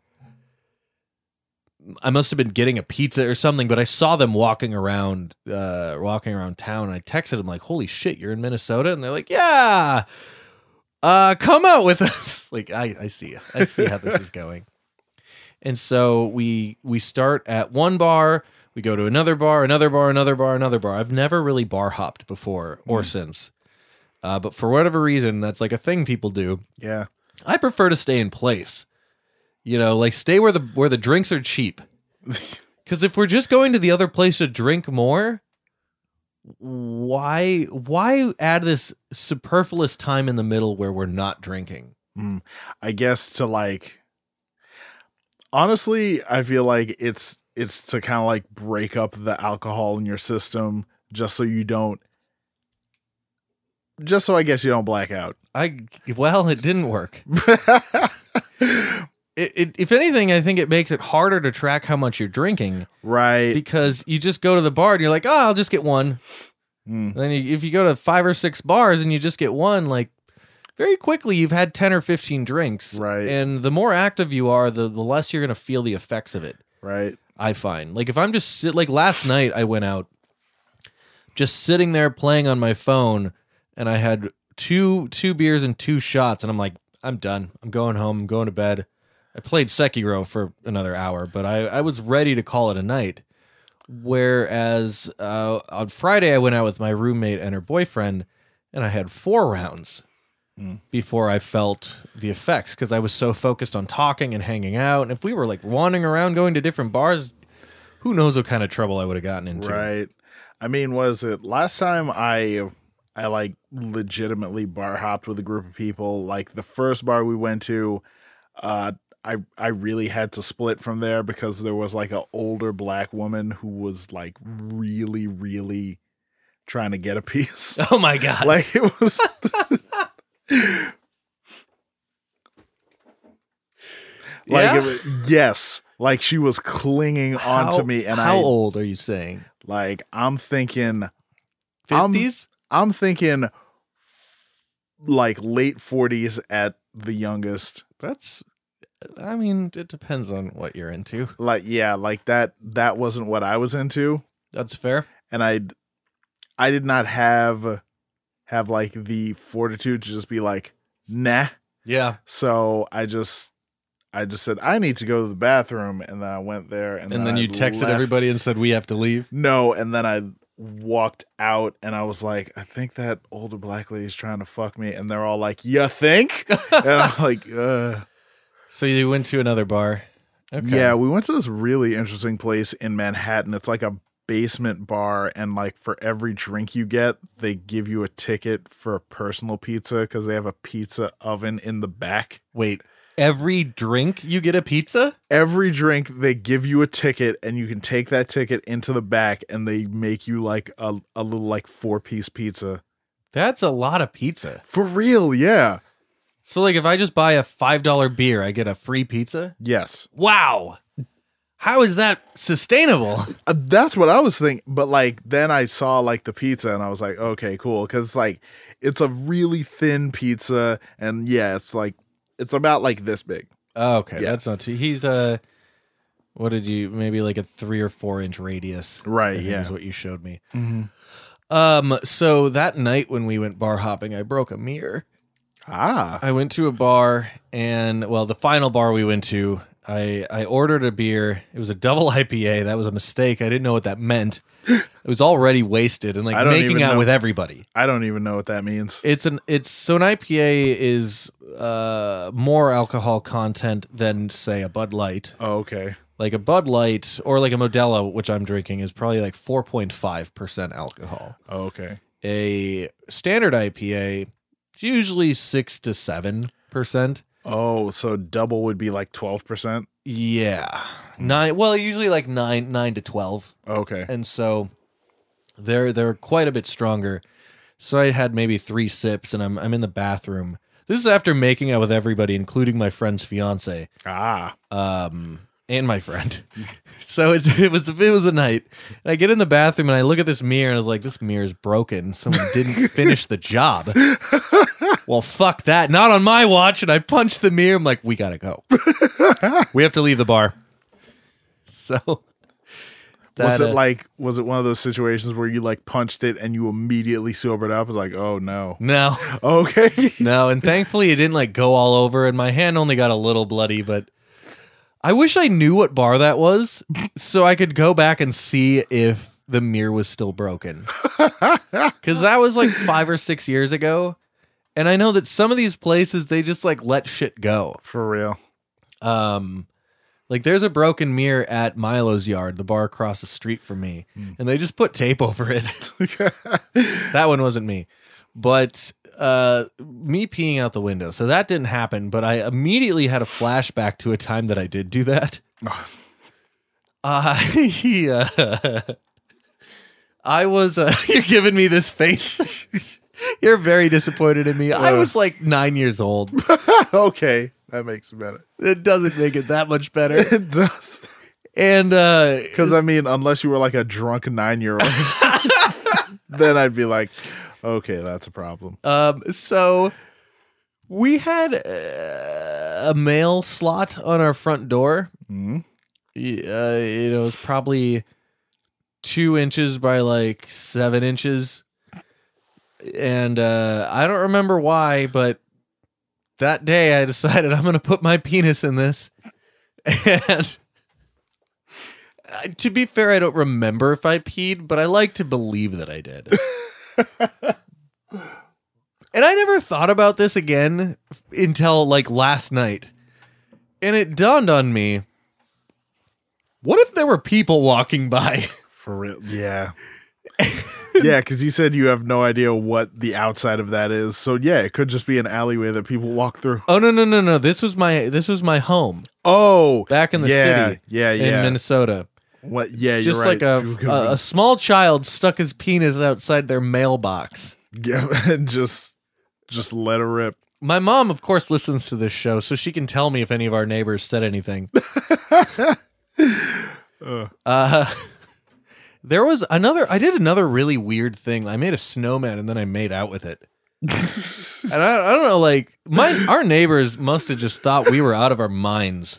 F: I must have been getting a pizza or something, but I saw them walking around, uh, walking around town. And I texted them like, "Holy shit, you're in Minnesota!" And they're like, "Yeah, uh, come out with us." like, I, I see, I see how this is going. And so we we start at one bar, we go to another bar, another bar, another bar, another bar. I've never really bar hopped before or since, uh, but for whatever reason, that's like a thing people do.
G: Yeah.
F: I prefer to stay in place. You know, like stay where the where the drinks are cheap. Cuz if we're just going to the other place to drink more, why why add this superfluous time in the middle where we're not drinking?
G: Mm. I guess to like honestly, I feel like it's it's to kind of like break up the alcohol in your system just so you don't just so I guess you don't black out.
F: I well, it didn't work. It, it, if anything, I think it makes it harder to track how much you're drinking,
G: right?
F: Because you just go to the bar and you're like, "Oh, I'll just get one." And then you, if you go to five or six bars and you just get one, like very quickly you've had ten or fifteen drinks,
G: right?
F: And the more active you are, the the less you're gonna feel the effects of it,
G: right?
F: I find like if I'm just sit, like last night I went out, just sitting there playing on my phone, and I had two two beers and two shots, and I'm like, I'm done. I'm going home. I'm going to bed. I played Sekiro for another hour, but I, I was ready to call it a night. Whereas uh, on Friday, I went out with my roommate and her boyfriend, and I had four rounds
G: Mm.
F: before I felt the effects because I was so focused on talking and hanging out. And if we were like wandering around going to different bars, who knows what kind of trouble I would have gotten into.
G: Right. I mean, was it last time I I like legitimately bar hopped with a group of people? Like the first bar we went to, uh I I really had to split from there because there was like an older black woman who was like really, really trying to get a piece.
F: Oh my god.
G: Like it was Like
F: Yeah?
G: it was, yes, like she was clinging
F: How-
G: onto me, and
F: how
G: I
F: old are you saying?
G: Like I'm thinking,
F: fifties.
G: I'm, thinking, like late forties at the youngest.
F: That's, I mean, it depends on what you're into.
G: Like yeah, like that. That wasn't what I was into.
F: That's fair.
G: And I, I did not have, have like the fortitude to just be like, nah.
F: Yeah.
G: So I just. I just said I need to go to the bathroom, and then I went there, and,
F: And, then
G: I
F: you texted
G: left.
F: everybody and said we have to leave.
G: No, and then I walked out and I was like, I think that older black lady's trying to fuck me, and they're all like, You think? and I'm like, uh
F: So you went to another bar.
G: Yeah, we went to this really interesting place in Manhattan. It's like a basement bar, and like for every drink you get, they give you a ticket for a personal pizza because they have a pizza oven in the back.
F: Wait, every drink you get a pizza?
G: Every drink they give you a ticket, and you can take that ticket into the back, and they make you like a, a little like four piece pizza.
F: That's a lot of pizza.
G: For real, yeah.
F: So like if I just buy a $5 beer, I get a free pizza?
G: Yes.
F: Wow. How is that sustainable?
G: Uh, that's what I was thinking. But like, then I saw like the pizza and I was like, okay, cool. Cause like, it's a really thin pizza. And yeah, it's like, it's about like this big.
F: Oh, okay, that's not too. He's uh what did you maybe like a 3 or 4 inch radius.
G: Right,
F: I think
G: yeah. Mm-hmm.
F: is what you showed me. Um so that night when we went bar hopping, I broke a mirror.
G: Ah.
F: I went to a bar and well, the final bar we went to, I I ordered a beer. It was a double IPA. That was a mistake. I didn't know what that meant. It was already wasted and
G: I
F: like
G: don't
F: making
G: even
F: out
G: know-
F: with everybody.
G: I don't even know what that means.
F: It's an it's so an IPA is uh more alcohol content than say a Bud Light.
G: Oh, okay.
F: Like a Bud Light or like a Modelo, which I'm drinking, is probably like 4.5% alcohol.
G: Oh, okay.
F: A standard IPA is usually 6 to 7%.
G: Oh, so double would be like 12%.
F: Yeah. Nine well, usually like 9 9 to 12.
G: Okay.
F: And so they're they're quite a bit stronger. So I had maybe 3 sips and I'm I'm in the bathroom. This is after making out with everybody including my friend's fiance.
G: Ah.
F: um, and my friend. so it's, it was it was a night. And I get in the bathroom and I look at this mirror and I was like, this mirror is broken. Someone didn't finish the job. well, fuck that. Not on my watch. And I punched the mirror. I'm like, we gotta go. we have to leave the bar. so
G: was
F: that,
G: it
F: uh,
G: like was it one of those situations where you like punched it and you immediately sobered up? It's like, oh no.
F: No.
G: Okay.
F: no, and thankfully it didn't like go all over, and my hand only got a little bloody, but I wish I knew what bar that was so I could go back and see if the mirror was still broken. Because that was like five or six years ago. And I know that some of these places, they just like let shit go.
G: For real.
F: Um, like there's a broken mirror at Milo's yard, the bar across the street from me, and they just put tape over it. that one wasn't me, but uh, me peeing out the window. So that didn't happen, but I immediately had a flashback to a time that I did do that. I uh, I was uh, you're giving me this face. you're very disappointed in me. I
G: Uh.
F: was like nine years old.
G: okay. That makes it better.
F: It doesn't make it that much better.
G: It does.
F: And uh
G: because I mean, unless you were like a drunk nine year old, then I'd be like, okay, that's a problem.
F: Um, so we had uh, a mail slot on our front door.
G: Mhm.
F: Y- Uh, you know, it's probably two inches by like seven inches, and uh, I don't remember why, but that day I decided I'm going to put my penis in this, and. uh, To be fair, I don't remember if I peed, but I like to believe that I did. And I never thought about this again f- until like last night. And it dawned on me what if there were people walking by?
G: For real, yeah, yeah. Because you said you have no idea what the outside of that is, so yeah, it could just be an alleyway that people walk through.
F: Oh no no no no! This was my this was my home
G: Oh,
F: back in the
G: yeah,
F: city,
G: yeah,
F: in
G: yeah.
F: Minnesota.
G: what? Yeah,
F: Just
G: you're right.
F: like a, a a small child stuck his penis outside their mailbox.
G: yeah, and just just let her rip.
F: My mom, of course, listens to this show, so she can tell me if any of our neighbors said anything.
G: Uh,
F: Uh, there was another. I did another really weird thing. I made a snowman and then I made out with it. and I, I don't know, like my our neighbors must have just thought we were out of our minds.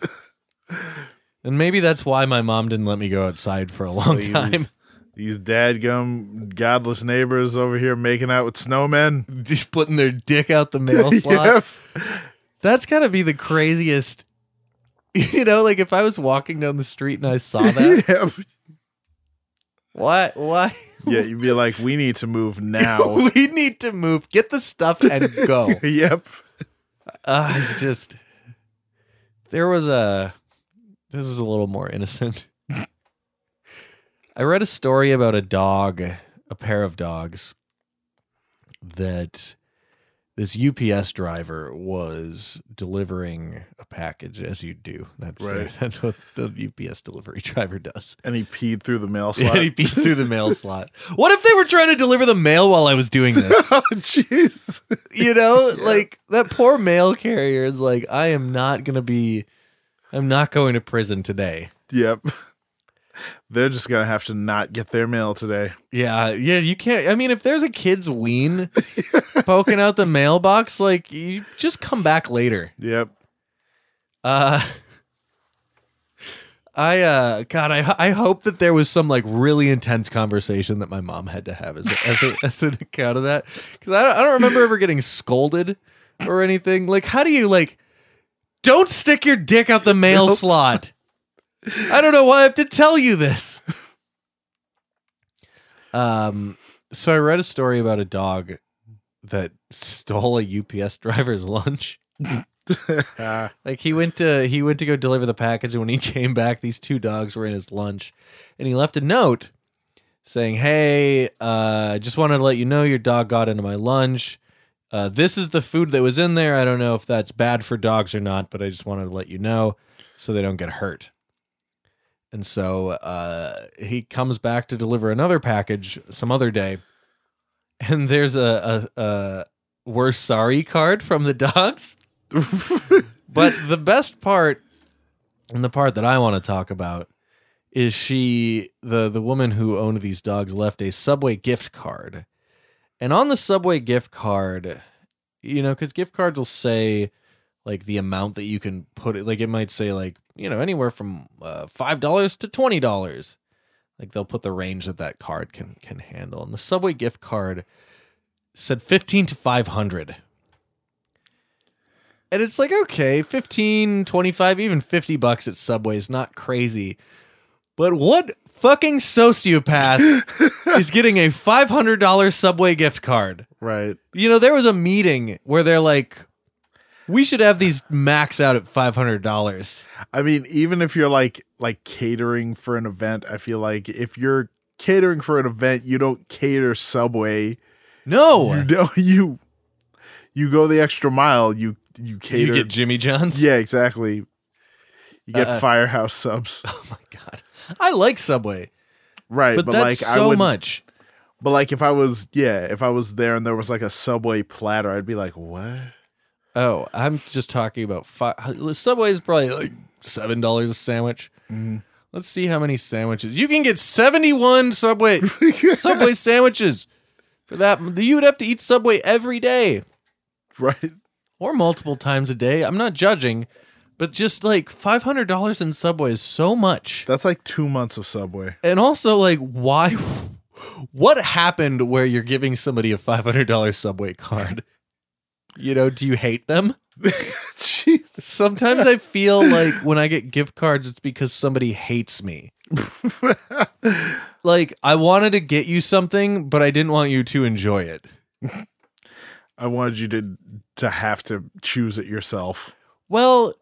F: And maybe that's why my mom didn't let me go outside for a long
G: Please.
F: time.
G: these dadgum godless neighbors over here making out with snowmen.
F: Just putting their dick out the mail slot.
G: Yep.
F: That's gotta be the craziest. You know, like if I was walking down the street and I saw that,
G: Yep.
F: why, why?
G: Yeah, you'd be like, we need to move now.
F: we need to move, get the stuff and go.
G: yep.
F: Uh, I just there was a this is a little more innocent. I read a story about a dog, a pair of dogs that this UPS driver was delivering a package as you do. That's their-
G: Right.
F: that's what the UPS delivery driver does.
G: And he peed through the mail slot.
F: And he beat through the mail slot. What if they were trying to deliver the mail while I was doing this?
G: oh, jeez.
F: you know like that poor mail carrier is like i am not gonna be i'm not going to prison today
G: Yep. They're just going to have to not get their mail today.
F: yeah yeah you can't i mean if there's a kid's ween poking out the mailbox like you just come back later
G: Yep.
F: uh I uh God I ho- I hope that there was some like really intense conversation that my mom had to have as as, a, as an account of that because I don't, I don't remember ever getting scolded or anything like how do you like don't stick your dick out the mail
G: Nope.
F: slot I don't know why I have to tell you this um so I read a story about a dog that stole a UPS driver's lunch
G: Ah,
F: like he went to he went to go deliver the package, and when he came back, these two dogs were in his lunch, and he left a note saying, "Hey, uh, just wanted to let you know your dog got into my lunch. Uh, this is the food that was in there. I don't know if that's bad for dogs or not, but I just wanted to let you know so they don't get hurt." And so uh, he comes back to deliver another package some other day, and there's a a, a we're sorry card from the dogs. But the best part, and the part that I want to talk about, is she the the woman who owned these dogs left a Subway gift card, and on the Subway gift card, you know, because gift cards will say like the amount that you can put it like it might say like you know anywhere from uh, five dollars to twenty dollars like they'll put the range that that card can can handle and the subway gift card said 15 to 500 and it's like okay 15 25 even 50 bucks at subway is not crazy but what fucking sociopath is getting a $500 subway gift card
G: right
F: you know there was a meeting where they're like we should have these max out at five hundred dollars.
G: I mean, even if you're like like catering for an event, I feel like if you're catering for an event, you don't cater Subway.
F: No,
G: you don't, you you go the extra mile. You you cater.
F: get Jimmy John's?
G: Yeah, exactly. You get
F: Uh,
G: Firehouse subs.
F: Oh I like Subway.
G: Right,
F: but
G: but,
F: that's
G: like I
F: so
G: would-
F: much.
G: But like if I was yeah, if I was there and there was like a Subway platter, I'd be like, what?
F: Oh, I'm just talking about five. Subway's probably like seven dollars a sandwich. Let's see how many sandwiches you can get. Seventy-one Subway Subway sandwiches for that. You would have to eat Subway every day,
G: right?
F: Or multiple times a day. I'm not judging, but just like five hundred dollars in Subway is so much.
G: That's like two months of Subway.
F: And also, like, why? What happened where you're giving somebody a five hundred dollar subway card? You know, do you hate them? Sometimes I feel like when I get gift cards, it's because somebody hates me. like I wanted to get you something, but I didn't want you to enjoy it.
G: I wanted you to to have to choose it yourself.
F: Well,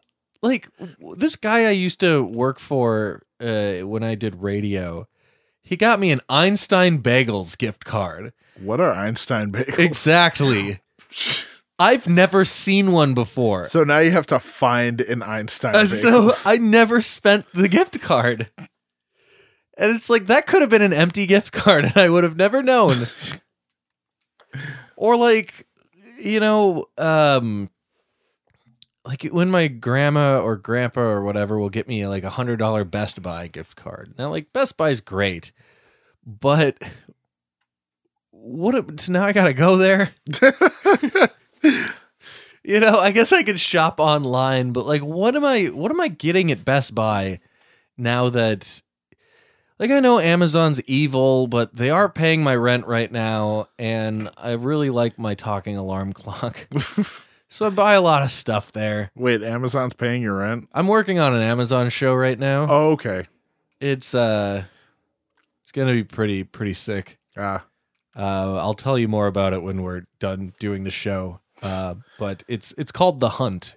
F: like w- this guy I used to work for uh, when I did radio, he got me an Einstein Bagels gift card.
G: What are Einstein bagels?
F: Exactly. I've never seen one before.
G: So now you have to find an Einstein.
F: Uh, so
G: bagels.
F: I never spent the gift card. And it's like that could have been an empty gift card and I would have never known. or like you know, um like when my grandma or grandpa or whatever will get me like a hundred dollar Best Buy gift card. Now like Best Buy's great, but what a- so now I gotta go there. you know, I guess I could shop online, but like what am I what am I getting at Best Buy now that like I know Amazon's evil, but they are paying my rent right now and I really like my talking alarm clock. so I buy a lot of stuff there.
G: Wait, Amazon's paying your rent?
F: I'm working on an Amazon show right now.
G: Oh, okay.
F: It's uh it's going to be pretty pretty sick.
G: Ah.
F: Uh, I'll tell you more about it when we're done doing the show. Uh, but it's it's called The Hunt.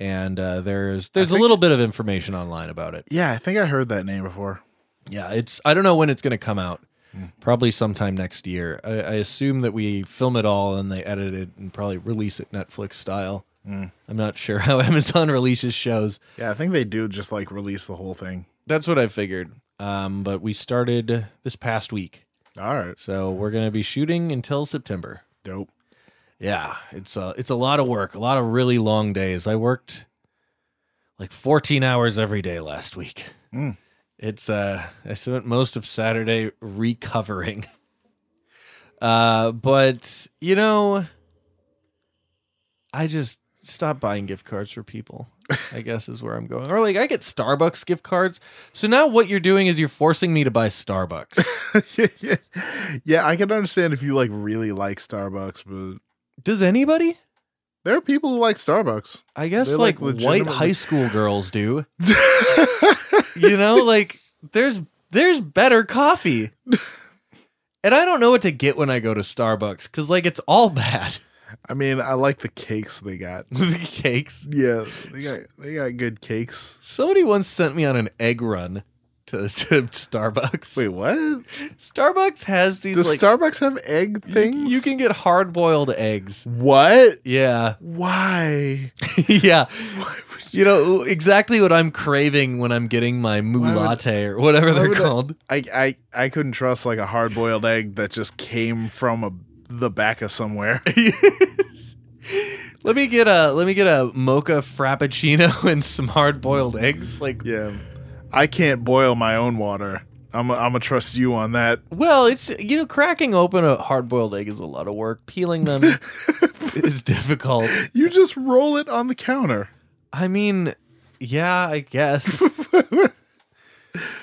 F: And uh, there's there's a little bit of information online about it.
G: Yeah, I think I heard that name before.
F: Yeah, it's I don't know when it's going to come out. Probably sometime next year. I, I assume that we film it all and they edit it and probably release it Netflix style.
G: Mm.
F: I'm not sure how Amazon releases shows.
G: Yeah, I think they do just like release the whole thing.
F: That's what I figured. Um, but we started this past week.
G: All right.
F: So we're gonna be shooting until September.
G: Dope.
F: Yeah, it's a it's a lot of work, a lot of really long days. I worked like 14 hours every day last week.
G: Mm.
F: It's uh I spent most of Saturday recovering. Uh but you know I just stop buying gift cards for people. I guess is where I'm going. Or like I get Starbucks gift cards. So now what you're doing is you're forcing me to buy Starbucks.
G: Yeah, I can understand if you like really like Starbucks, but
F: Does anybody?
G: there are people who like Starbucks.
F: I guess
G: They,
F: like,
G: like,
F: white
G: legitimately-
F: high school girls do. you know, like there's there's better coffee. And I don't know what to get when I go to Starbucks cuz like it's all bad.
G: I mean, I like the cakes they got.
F: the cakes.
G: Yeah, they got they got good cakes.
F: Somebody once sent me on an egg run to, to Starbucks.
G: Wait, what?
F: Starbucks has these
G: Does
F: like
G: Starbucks have egg things?
F: you can get hard-boiled eggs.
G: what?
F: Yeah.
G: Why?
F: yeah. You know exactly what I'm craving when I'm getting my moo
G: Why would-
F: latte or whatever
G: why
F: they're
G: would I-
F: called.
G: I I I couldn't trust like a hard boiled egg that just came from a the back of somewhere.
F: Let me get a let me get a mocha frappuccino and some hard boiled eggs. Like
G: yeah, I can't boil my own water. I'm i I'm gonna trust you on that.
F: Well, it's you know, cracking open a hard-boiled egg is a lot of work. Peeling them is difficult.
G: You just roll it on the counter.
F: I mean, yeah, I guess.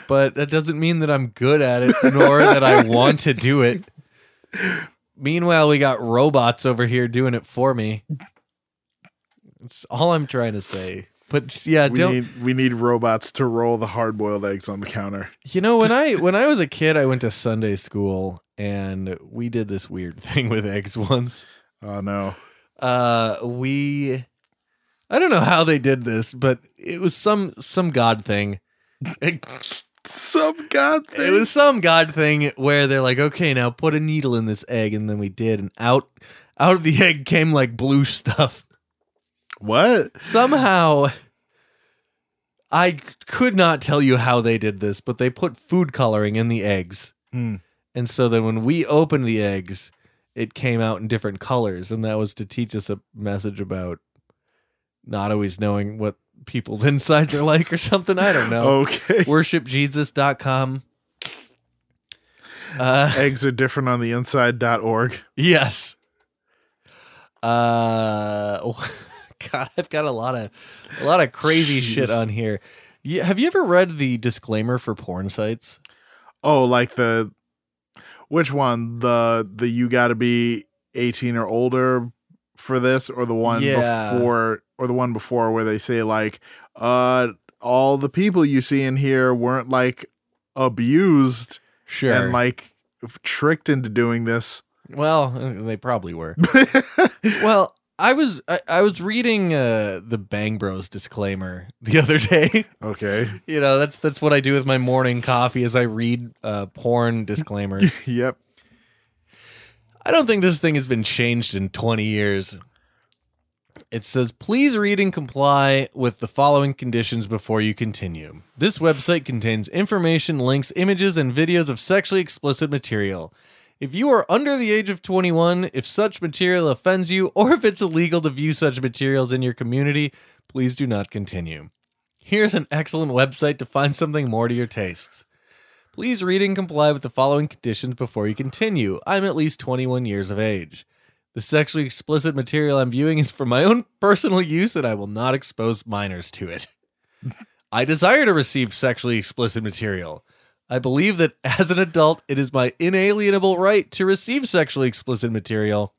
F: but that doesn't mean that I'm good at it, nor that I want to do it. Meanwhile, we got robots over here doing it for me. That's all I'm trying to say. But yeah,
G: we
F: don't.
G: need we need robots to roll the hard-boiled eggs on the counter.
F: You know, when I when I was a kid, I went to Sunday school, and we did this weird thing with eggs once.
G: Oh no!
F: Uh, we, I don't know how they did this, but it was some some god thing.
G: some god thing.
F: It was some god thing where they're like, okay, now put a needle in this egg, and then we did, and out out of the egg came like blue stuff.
G: What?
F: Somehow, I could not tell you how they did this, but they put food coloring in the eggs.
G: Hmm.
F: And so then when we opened the eggs, it came out in different colors. And that was to teach us a message about not always knowing what people's insides are like or something. I don't know.
G: Okay.
F: Worshipjesus.com. Uh,
G: eggs are different on the inside.org.
F: Yes. Uh, God, I've got a lot of a lot of crazy
G: Jeez.
F: shit on here. Yeah, have you ever read the disclaimer for porn sites?
G: Oh, like the which one? The the you got to be 18 or older for this or the one
F: Yeah.
G: before or the one before where they say like uh all the people you see in here weren't like abused
F: Sure.
G: and like f- tricked into doing this.
F: Well, they probably were. well, I was I, I was reading uh, the Bang Bros disclaimer the other day.
G: Okay.
F: you know, that's that's what I do with my morning coffee is I read uh, porn disclaimers.
G: yep.
F: I don't think this thing has been changed in 20 years. It says, please read and comply with the following conditions before you continue. This website contains information, links, images, and videos of sexually explicit material. If you are under the age of 21, if such material offends you, or if it's illegal to view such materials in your community, please do not continue. Here's an excellent website to find something more to your tastes. Please read and comply with the following conditions before you continue. I'm at least 21 years of age. The sexually explicit material I'm viewing is for my own personal use and I will not expose minors to it. I desire to receive sexually explicit material. I believe that as an adult, it is my inalienable right to receive sexually explicit material.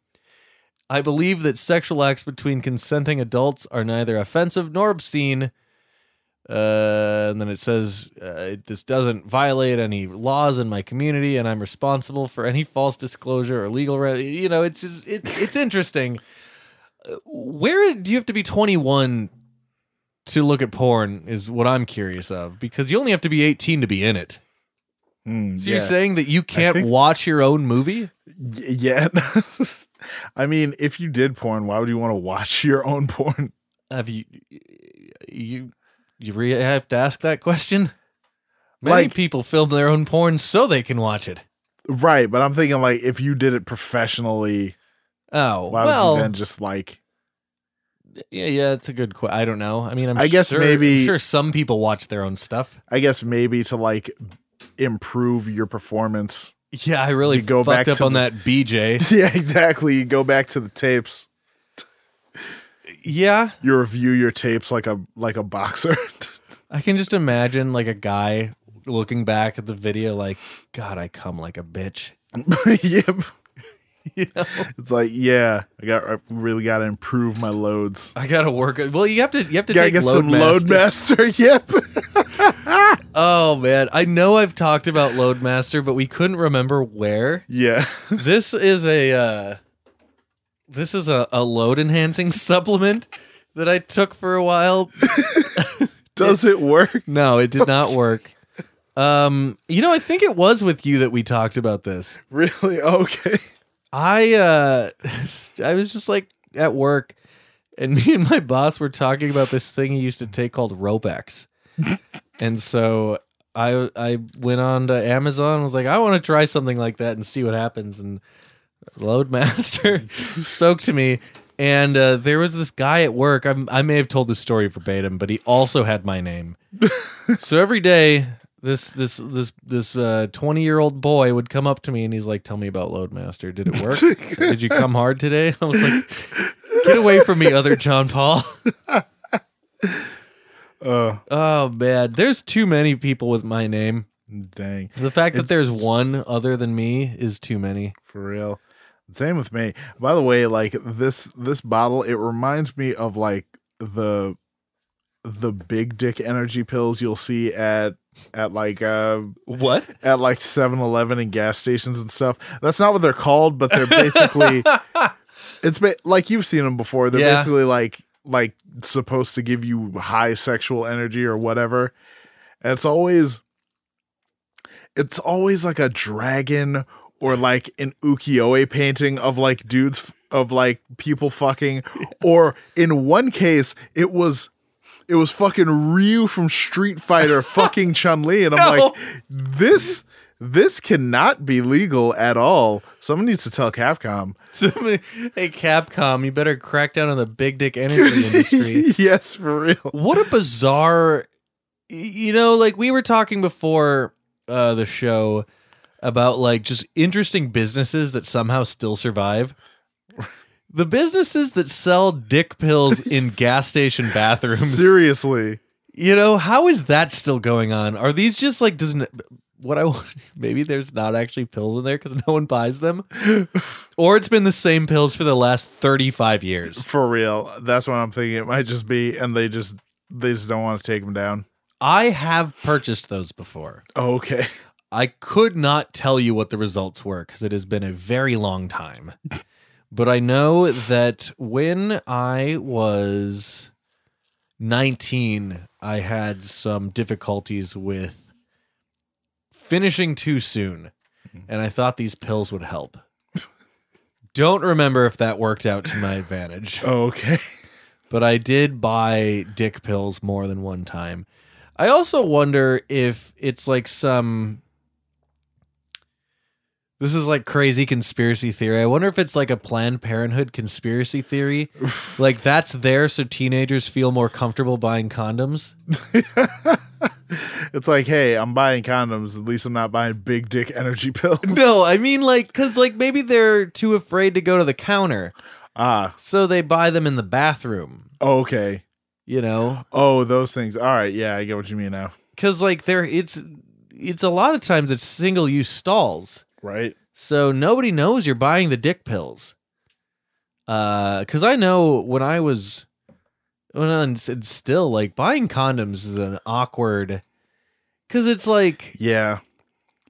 F: I believe that sexual acts between consenting adults are neither offensive nor obscene. Uh, and then it says uh, this doesn't violate any laws in my community, and I'm responsible for any false disclosure or legal. Re- you know, it's it's it's it's interesting. Uh, Where do you have to be 21 to look at porn? Is what I'm curious of because you only have to be 18 to be in it.
G: Mm,
F: So you're
G: yeah.
F: saying that you can't
G: think-
F: watch your own movie?
G: Y- yeah. I mean, if you did porn, why would you want to watch your own porn?
F: Have you you you re- have to ask that question? Many
G: Like-
F: people film their own porn so they can watch it.
G: Right, but I'm thinking like if you did it professionally,
F: Oh
G: why
F: well,
G: would you then just like
F: Yeah, yeah, it's a good question. I don't know. I mean, I'm
G: I guess
F: sure,
G: maybe-
F: I'm sure some people watch their own stuff.
G: I guess maybe to like improve your performance.
F: Yeah, I really
G: You go
F: fucked
G: back
F: up
G: to
F: on
G: the-
F: that BJ.
G: yeah, exactly. You go back to the tapes.
F: yeah,
G: You review your tapes like a like a boxer.
F: I can just imagine like a guy looking back at the video, like, God, I come like a bitch.
G: yep.
F: You know?
G: It's like, yeah, I got I really got to improve my loads.
F: I gotta work. Well, you have to. You have to
G: Gotta
F: take
G: get
F: load
G: some Loadmaster. Yep.
F: Oh man, I know I've talked about Loadmaster, but we couldn't remember where.
G: yeah.
F: this is a uh, this is a, a load enhancing supplement that I took for a while
G: Does it work?
F: No, it did not work. Um, you know, I think it was with you that we talked about this.
G: Really? Okay.
F: I uh I was just like at work and me and my boss were talking about this thing he used to take called Ropex. and so I I went on to Amazon and was like, I want to try something like that and see what happens. And Loadmaster spoke to me. And uh, there was this guy at work. I'm, I may have told this story verbatim, but he also had my name. so every day This this this this uh twenty year old boy would come up to me and he's like, "Tell me about Loadmaster. Did it work? Did you come hard today?" I was like, "Get away from me, other John Paul." oh man, there's too many people with my name.
G: Dang.
F: The fact that
G: It's-
F: there's one other than me is too many.
G: For real. Same with me. By the way, like this this bottle, it reminds me of like the the big dick energy pills you'll see at at like uh
F: what
G: at like 7-Eleven and gas stations and stuff. That's not what they're called, but they're basically it's ba- like you've seen them before. They're
F: Yeah.
G: basically like like supposed to give you high sexual energy or whatever. And it's always it's always like a dragon or like an ukiyo-e painting of like dudes f- of like people fucking or in one case it was it was fucking Ryu from Street Fighter fucking Chun-Li and I'm like this this cannot be legal at all. Someone needs to tell Capcom.
F: hey, Capcom, you better crack down on the big dick energy industry.
G: yes, for real.
F: What a bizarre, y- you know, like we were talking before uh, the show about like just interesting businesses that somehow still survive. The businesses that sell dick pills in gas station bathrooms.
G: Seriously.
F: You know, how is that still going on? Are these just like doesn't what I want maybe there's not actually pills in there cuz no one buys them? or it's been the same pills for the last 35 years.
G: For real. That's what I'm thinking. It might just be and they just they just don't want to take them down.
F: I have purchased those before.
G: Okay.
F: I could not tell you what the results were cuz it has been a very long time. but I know that when I was 19, I had some difficulties with finishing too soon, and I thought these pills would help. Don't remember if that worked out to my advantage.
G: Okay.
F: But I did buy dick pills more than one time. I also wonder if it's like some. This is like crazy conspiracy theory. I wonder if it's like a Planned Parenthood conspiracy theory. like that's there so teenagers feel more comfortable buying condoms.
G: It's like, hey, I'm buying condoms. At least I'm not buying big dick energy pills.
F: No, I mean like because like maybe they're too afraid to go to the counter,
G: Ah,
F: so they buy them in the bathroom.
G: okay.
F: You know,
G: Oh, those things. All right. Yeah, I get what you mean now.
F: because like they're it's it's a lot of times it's single use stalls.
G: Right.
F: So nobody knows you're buying the dick pills. Uh, cause I know when I was, when I was still like buying condoms is an awkward, cause it's like
G: Yeah.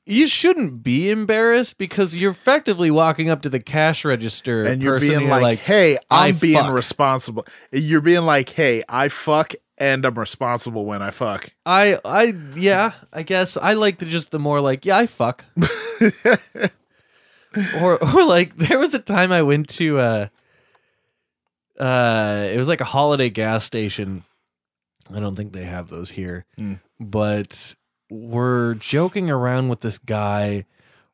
F: you shouldn't be embarrassed because you're effectively walking up to the cash register
G: And you're
F: person
G: being like, hey,
F: I
G: I'm being
F: fuck.
G: responsible. You're being like, hey, I fuck and I'm responsible when I fuck.
F: I, I, yeah, I guess I like the just the more like, yeah, I fuck. or, or like, there was a time I went to, uh, uh, it was like a holiday gas station. I don't think they have those here, but we're joking around with this guy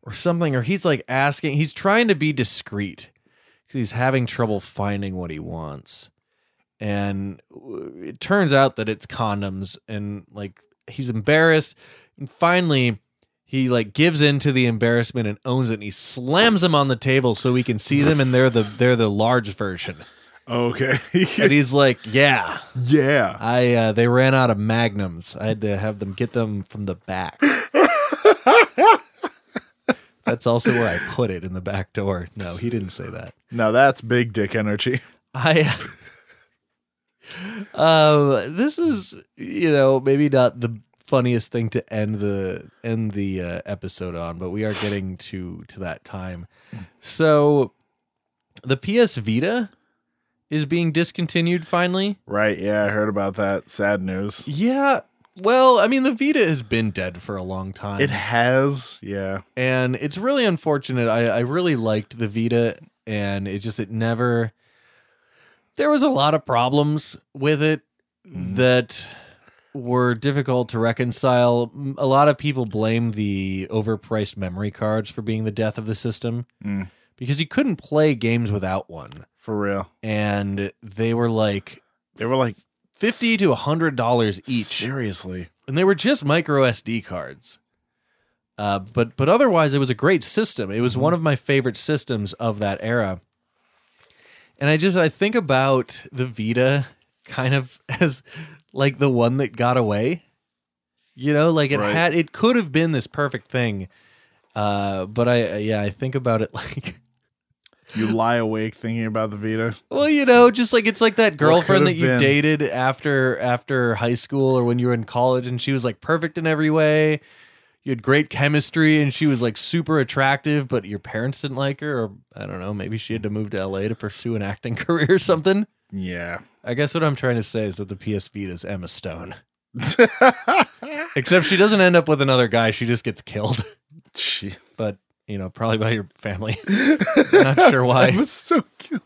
F: or something, or he's like asking, he's trying to be discreet because he's having trouble finding what he wants and w- it turns out that it's condoms and like he's embarrassed and finally he like gives in to the embarrassment and owns it and he slams them on the table so we can see them and they're the they're the large version
G: Okay.
F: and he's like yeah
G: yeah.
F: i uh, they ran out of magnums i had to have them get them from the back that's also where i put it in the back door no he didn't say that
G: Now that's big dick energy.
F: I um this is you know maybe not the funniest thing to end the end the uh, episode on, but we are getting to to that time. So the PS Vita is being discontinued finally.
G: Right. Yeah, I heard about that. Sad news.
F: Yeah. Well, I mean the Vita has been dead for a long time.
G: It has. Yeah.
F: and it's really unfortunate. I, I really liked the Vita, and it just it never. There was a lot of problems with it that were difficult to reconcile. M- A lot of people blame the overpriced memory cards for being the death of the system
G: Mm.
F: because you couldn't play games without one,
G: For real.
F: and they were like
G: They were like
F: fifty to hundred dollars each
G: Seriously.
F: and they were just micro SD cards. Uh, but but otherwise, it was a great system. It was one of my favorite systems of that era. And I just I think about the Vita kind of as like the one that got away. You know, like it
K: Right.
F: had it could have been this perfect thing. Uh, but I yeah, I think about it like
G: You lie awake thinking about the Vita.
F: well, you know, just like it's like that
G: could
F: girlfriend that
G: have
F: you
G: been.
F: dated after after high school or when you were in college, and she was like perfect in every way. You had great chemistry, and she was like super attractive, but your parents didn't like her, or I don't know, maybe she had to move to LA to pursue an acting career or something.
G: Yeah.
F: I guess what I'm trying to say is that the PS Vita is Emma Stone, except she doesn't end up with another guy; she just gets killed.
G: Jeez.
F: But you know, probably by your family. Not sure why.
G: Emma Stone
F: killed.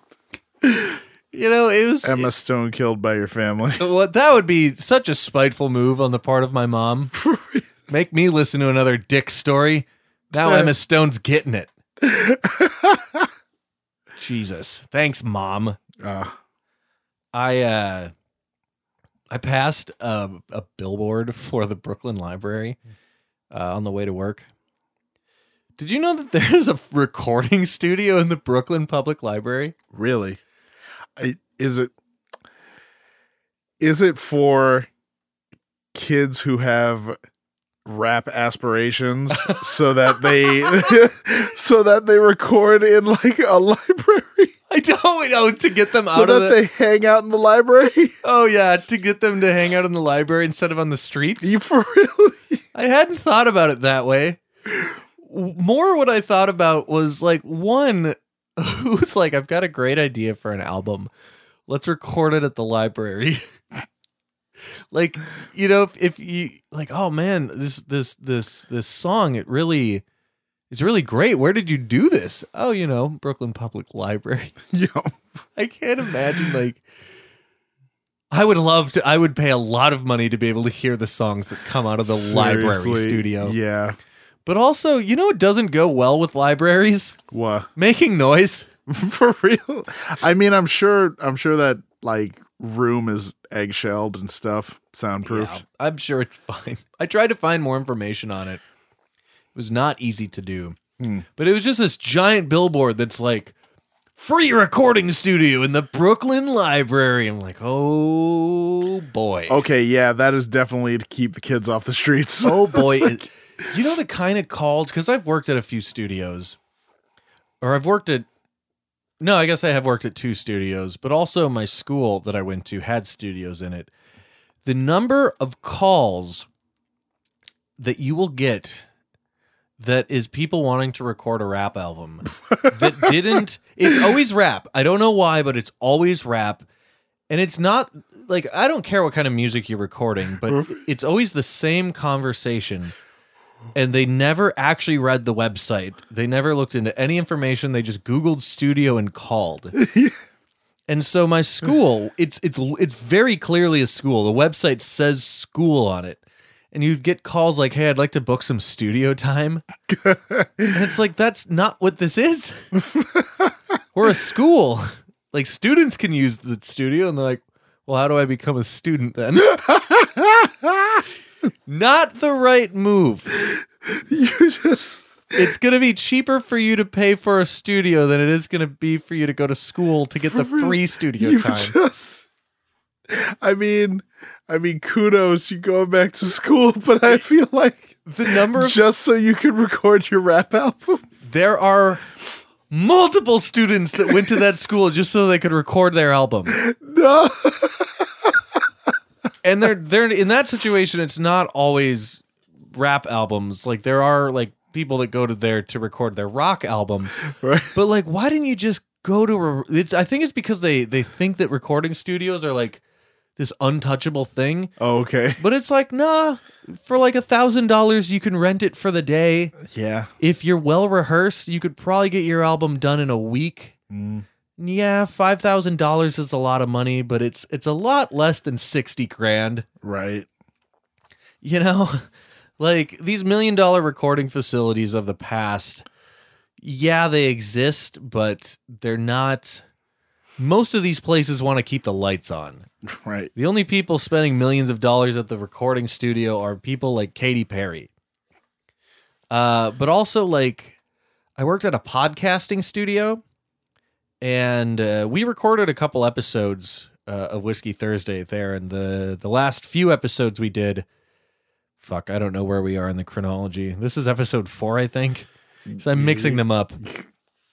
F: You know, it was
G: Emma Stone killed by your family.
F: Well, that would be such a spiteful move on the part of my mom. Make me listen to another dick story. Now Emma Stone's getting it. Jesus. Thanks, mom.
G: Ah,
F: I uh I passed a, a billboard for the Brooklyn Library uh, on the way to work. Did you know that there's a recording studio in the Brooklyn Public Library?
G: Really? I, is it is it for kids who have rap aspirations so that they so that they record in like a library
F: I don't know to get them
G: so
F: out of
G: that
F: the-
G: they hang out in the library?
F: Oh yeah, to get them to hang out in the library instead of on the streets. You
G: for real?
F: I hadn't thought about it that way. W- More what I thought about was like one who's like, I've got a great idea for an album. Let's record it at the library. like, you know, if, if you like, oh man, this this this this song, it really it's really great. Where did you do this? Oh, you know, Brooklyn Public Library.
G: Yo.
F: I can't imagine like I would love to I would pay a lot of money to be able to hear the songs that come out of the library
G: Seriously,
F: studio.
G: Yeah.
F: But also, you know what doesn't go well with libraries?
G: What?
F: Making noise.
G: for real? I mean, I'm sure I'm sure that like room is eggshelled and stuff, soundproofed.
F: I'm sure it's fine. I tried to find more information on it. It was not easy to do.
G: Hmm.
F: But it was just this giant billboard that's like free recording studio in the Brooklyn Library. I'm like, "Oh boy."
G: Okay, yeah, that is definitely to keep the kids off the streets.
F: Oh boy, it- you know the kind of calls because I've worked at a few studios, or I've worked at. No, I guess I have worked at two studios, but also my school that I went to had studios in it. The number of calls that you will get that is people wanting to record a rap album that didn't it's always rap. I don't know why, but it's always rap. And it's not like I don't care what kind of music you're recording, but it's always the same conversation. And they never actually read the website. They never looked into any information. They just googled studio and called. and so my school, it's it's it's very clearly a school. The website says school on it. And you'd get calls like, "Hey, I'd like to book some studio time." and it's like that's not what this is. We're a school. Like students can use the studio, and they're like, "Well, how do I become a student then?" Not the right move.
G: You just.
F: It's going to be cheaper for you to pay for a studio than it is going to be for you to go to school to get the
G: For real,
F: free studio
G: you
F: time.
G: just- I mean, I mean, kudos, you going back to school, but I feel like
F: the number of-
G: just so you could record your rap album.
F: There are multiple students that went to that school just so they could record their album.
G: No,
F: And they're they're in that situation it's not always rap albums. Like there are like people that go to there to record their rock album.
G: Right.
F: But like why didn't you just go to a, it's I think it's because they they think that recording studios are like this untouchable thing.
G: Oh, okay.
F: But it's like, nah, for like a thousand dollars, you can rent it for the day.
G: Yeah.
F: If you're well rehearsed, you could probably get your album done in a week.
G: Mm,
F: Yeah, five thousand dollars is a lot of money, but it's it's a lot less than sixty grand.
G: Right.
F: You know, like these million dollar recording facilities of the past. Yeah, they exist, but they're not most of these places want to keep the lights on.
G: Right.
F: The only people spending millions of dollars at the recording studio are people like Katy Perry. Uh, but also like I worked at a podcasting studio and uh, we recorded a couple episodes uh, of Whiskey Thursday there and the the last few episodes we did fuck, I don't know where we are in the chronology. This is episode 4 I think. So I'm mixing them up.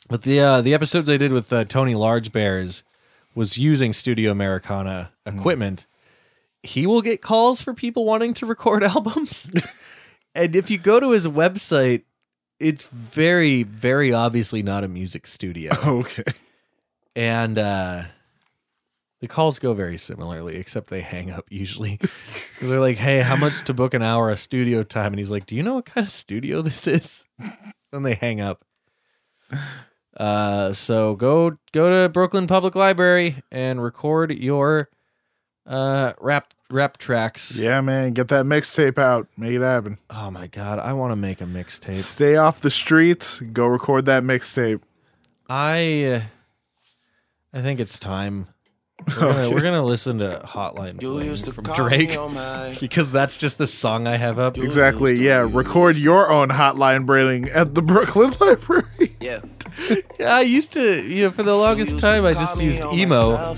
F: But the uh, the episodes I did with uh, Tony Large Bears was using Studio Americana equipment. He will get calls for people wanting to record albums, and if you go to his website, it's very very obviously not a music studio.
G: Okay,
F: and uh, the calls go very similarly, except they hang up usually. 'Cause they're like, "Hey, how much to book an hour of studio time?" And he's like, "Do you know what kind of studio this is?" Then they hang up. Uh, so go go to Brooklyn Public Library and record your uh rap rap tracks.
G: Yeah, man, get that mixtape out. Make it happen.
F: Oh my god, I want to make a mixtape.
G: Stay off the streets. Go record that mixtape.
F: I uh, I think it's time. We're gonna,
G: Okay.
F: we're gonna listen to Hotline Bling from
G: call me
F: Drake because that's just the song I have up.
G: Exactly. Yeah, record your own hotline branding at the Brooklyn Library.
F: Yeah. I used to, you know, for the longest time, I just used emo.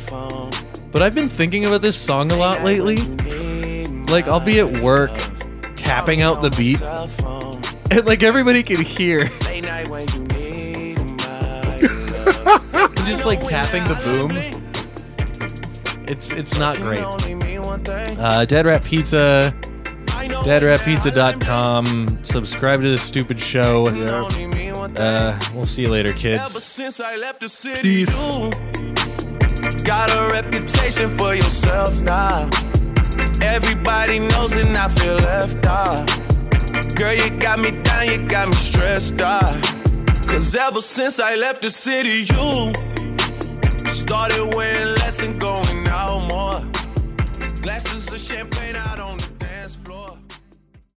F: But I've been thinking about this song a lot lately. Like, I'll be at work tapping out the beat, and like everybody can hear. just like tapping the boom. It's it's not great. Uh, Dead Rat Pizza, deadratpizza.com. Subscribe to this stupid show. Uh, we'll see you later, kids.
L: Ever since I left the city, you got a reputation for yourself now. Everybody knows and I feel left out. Girl, you got me down, you got me stressed out. Cause ever since I left the city, you started wearing less and going out more. Glasses of champagne out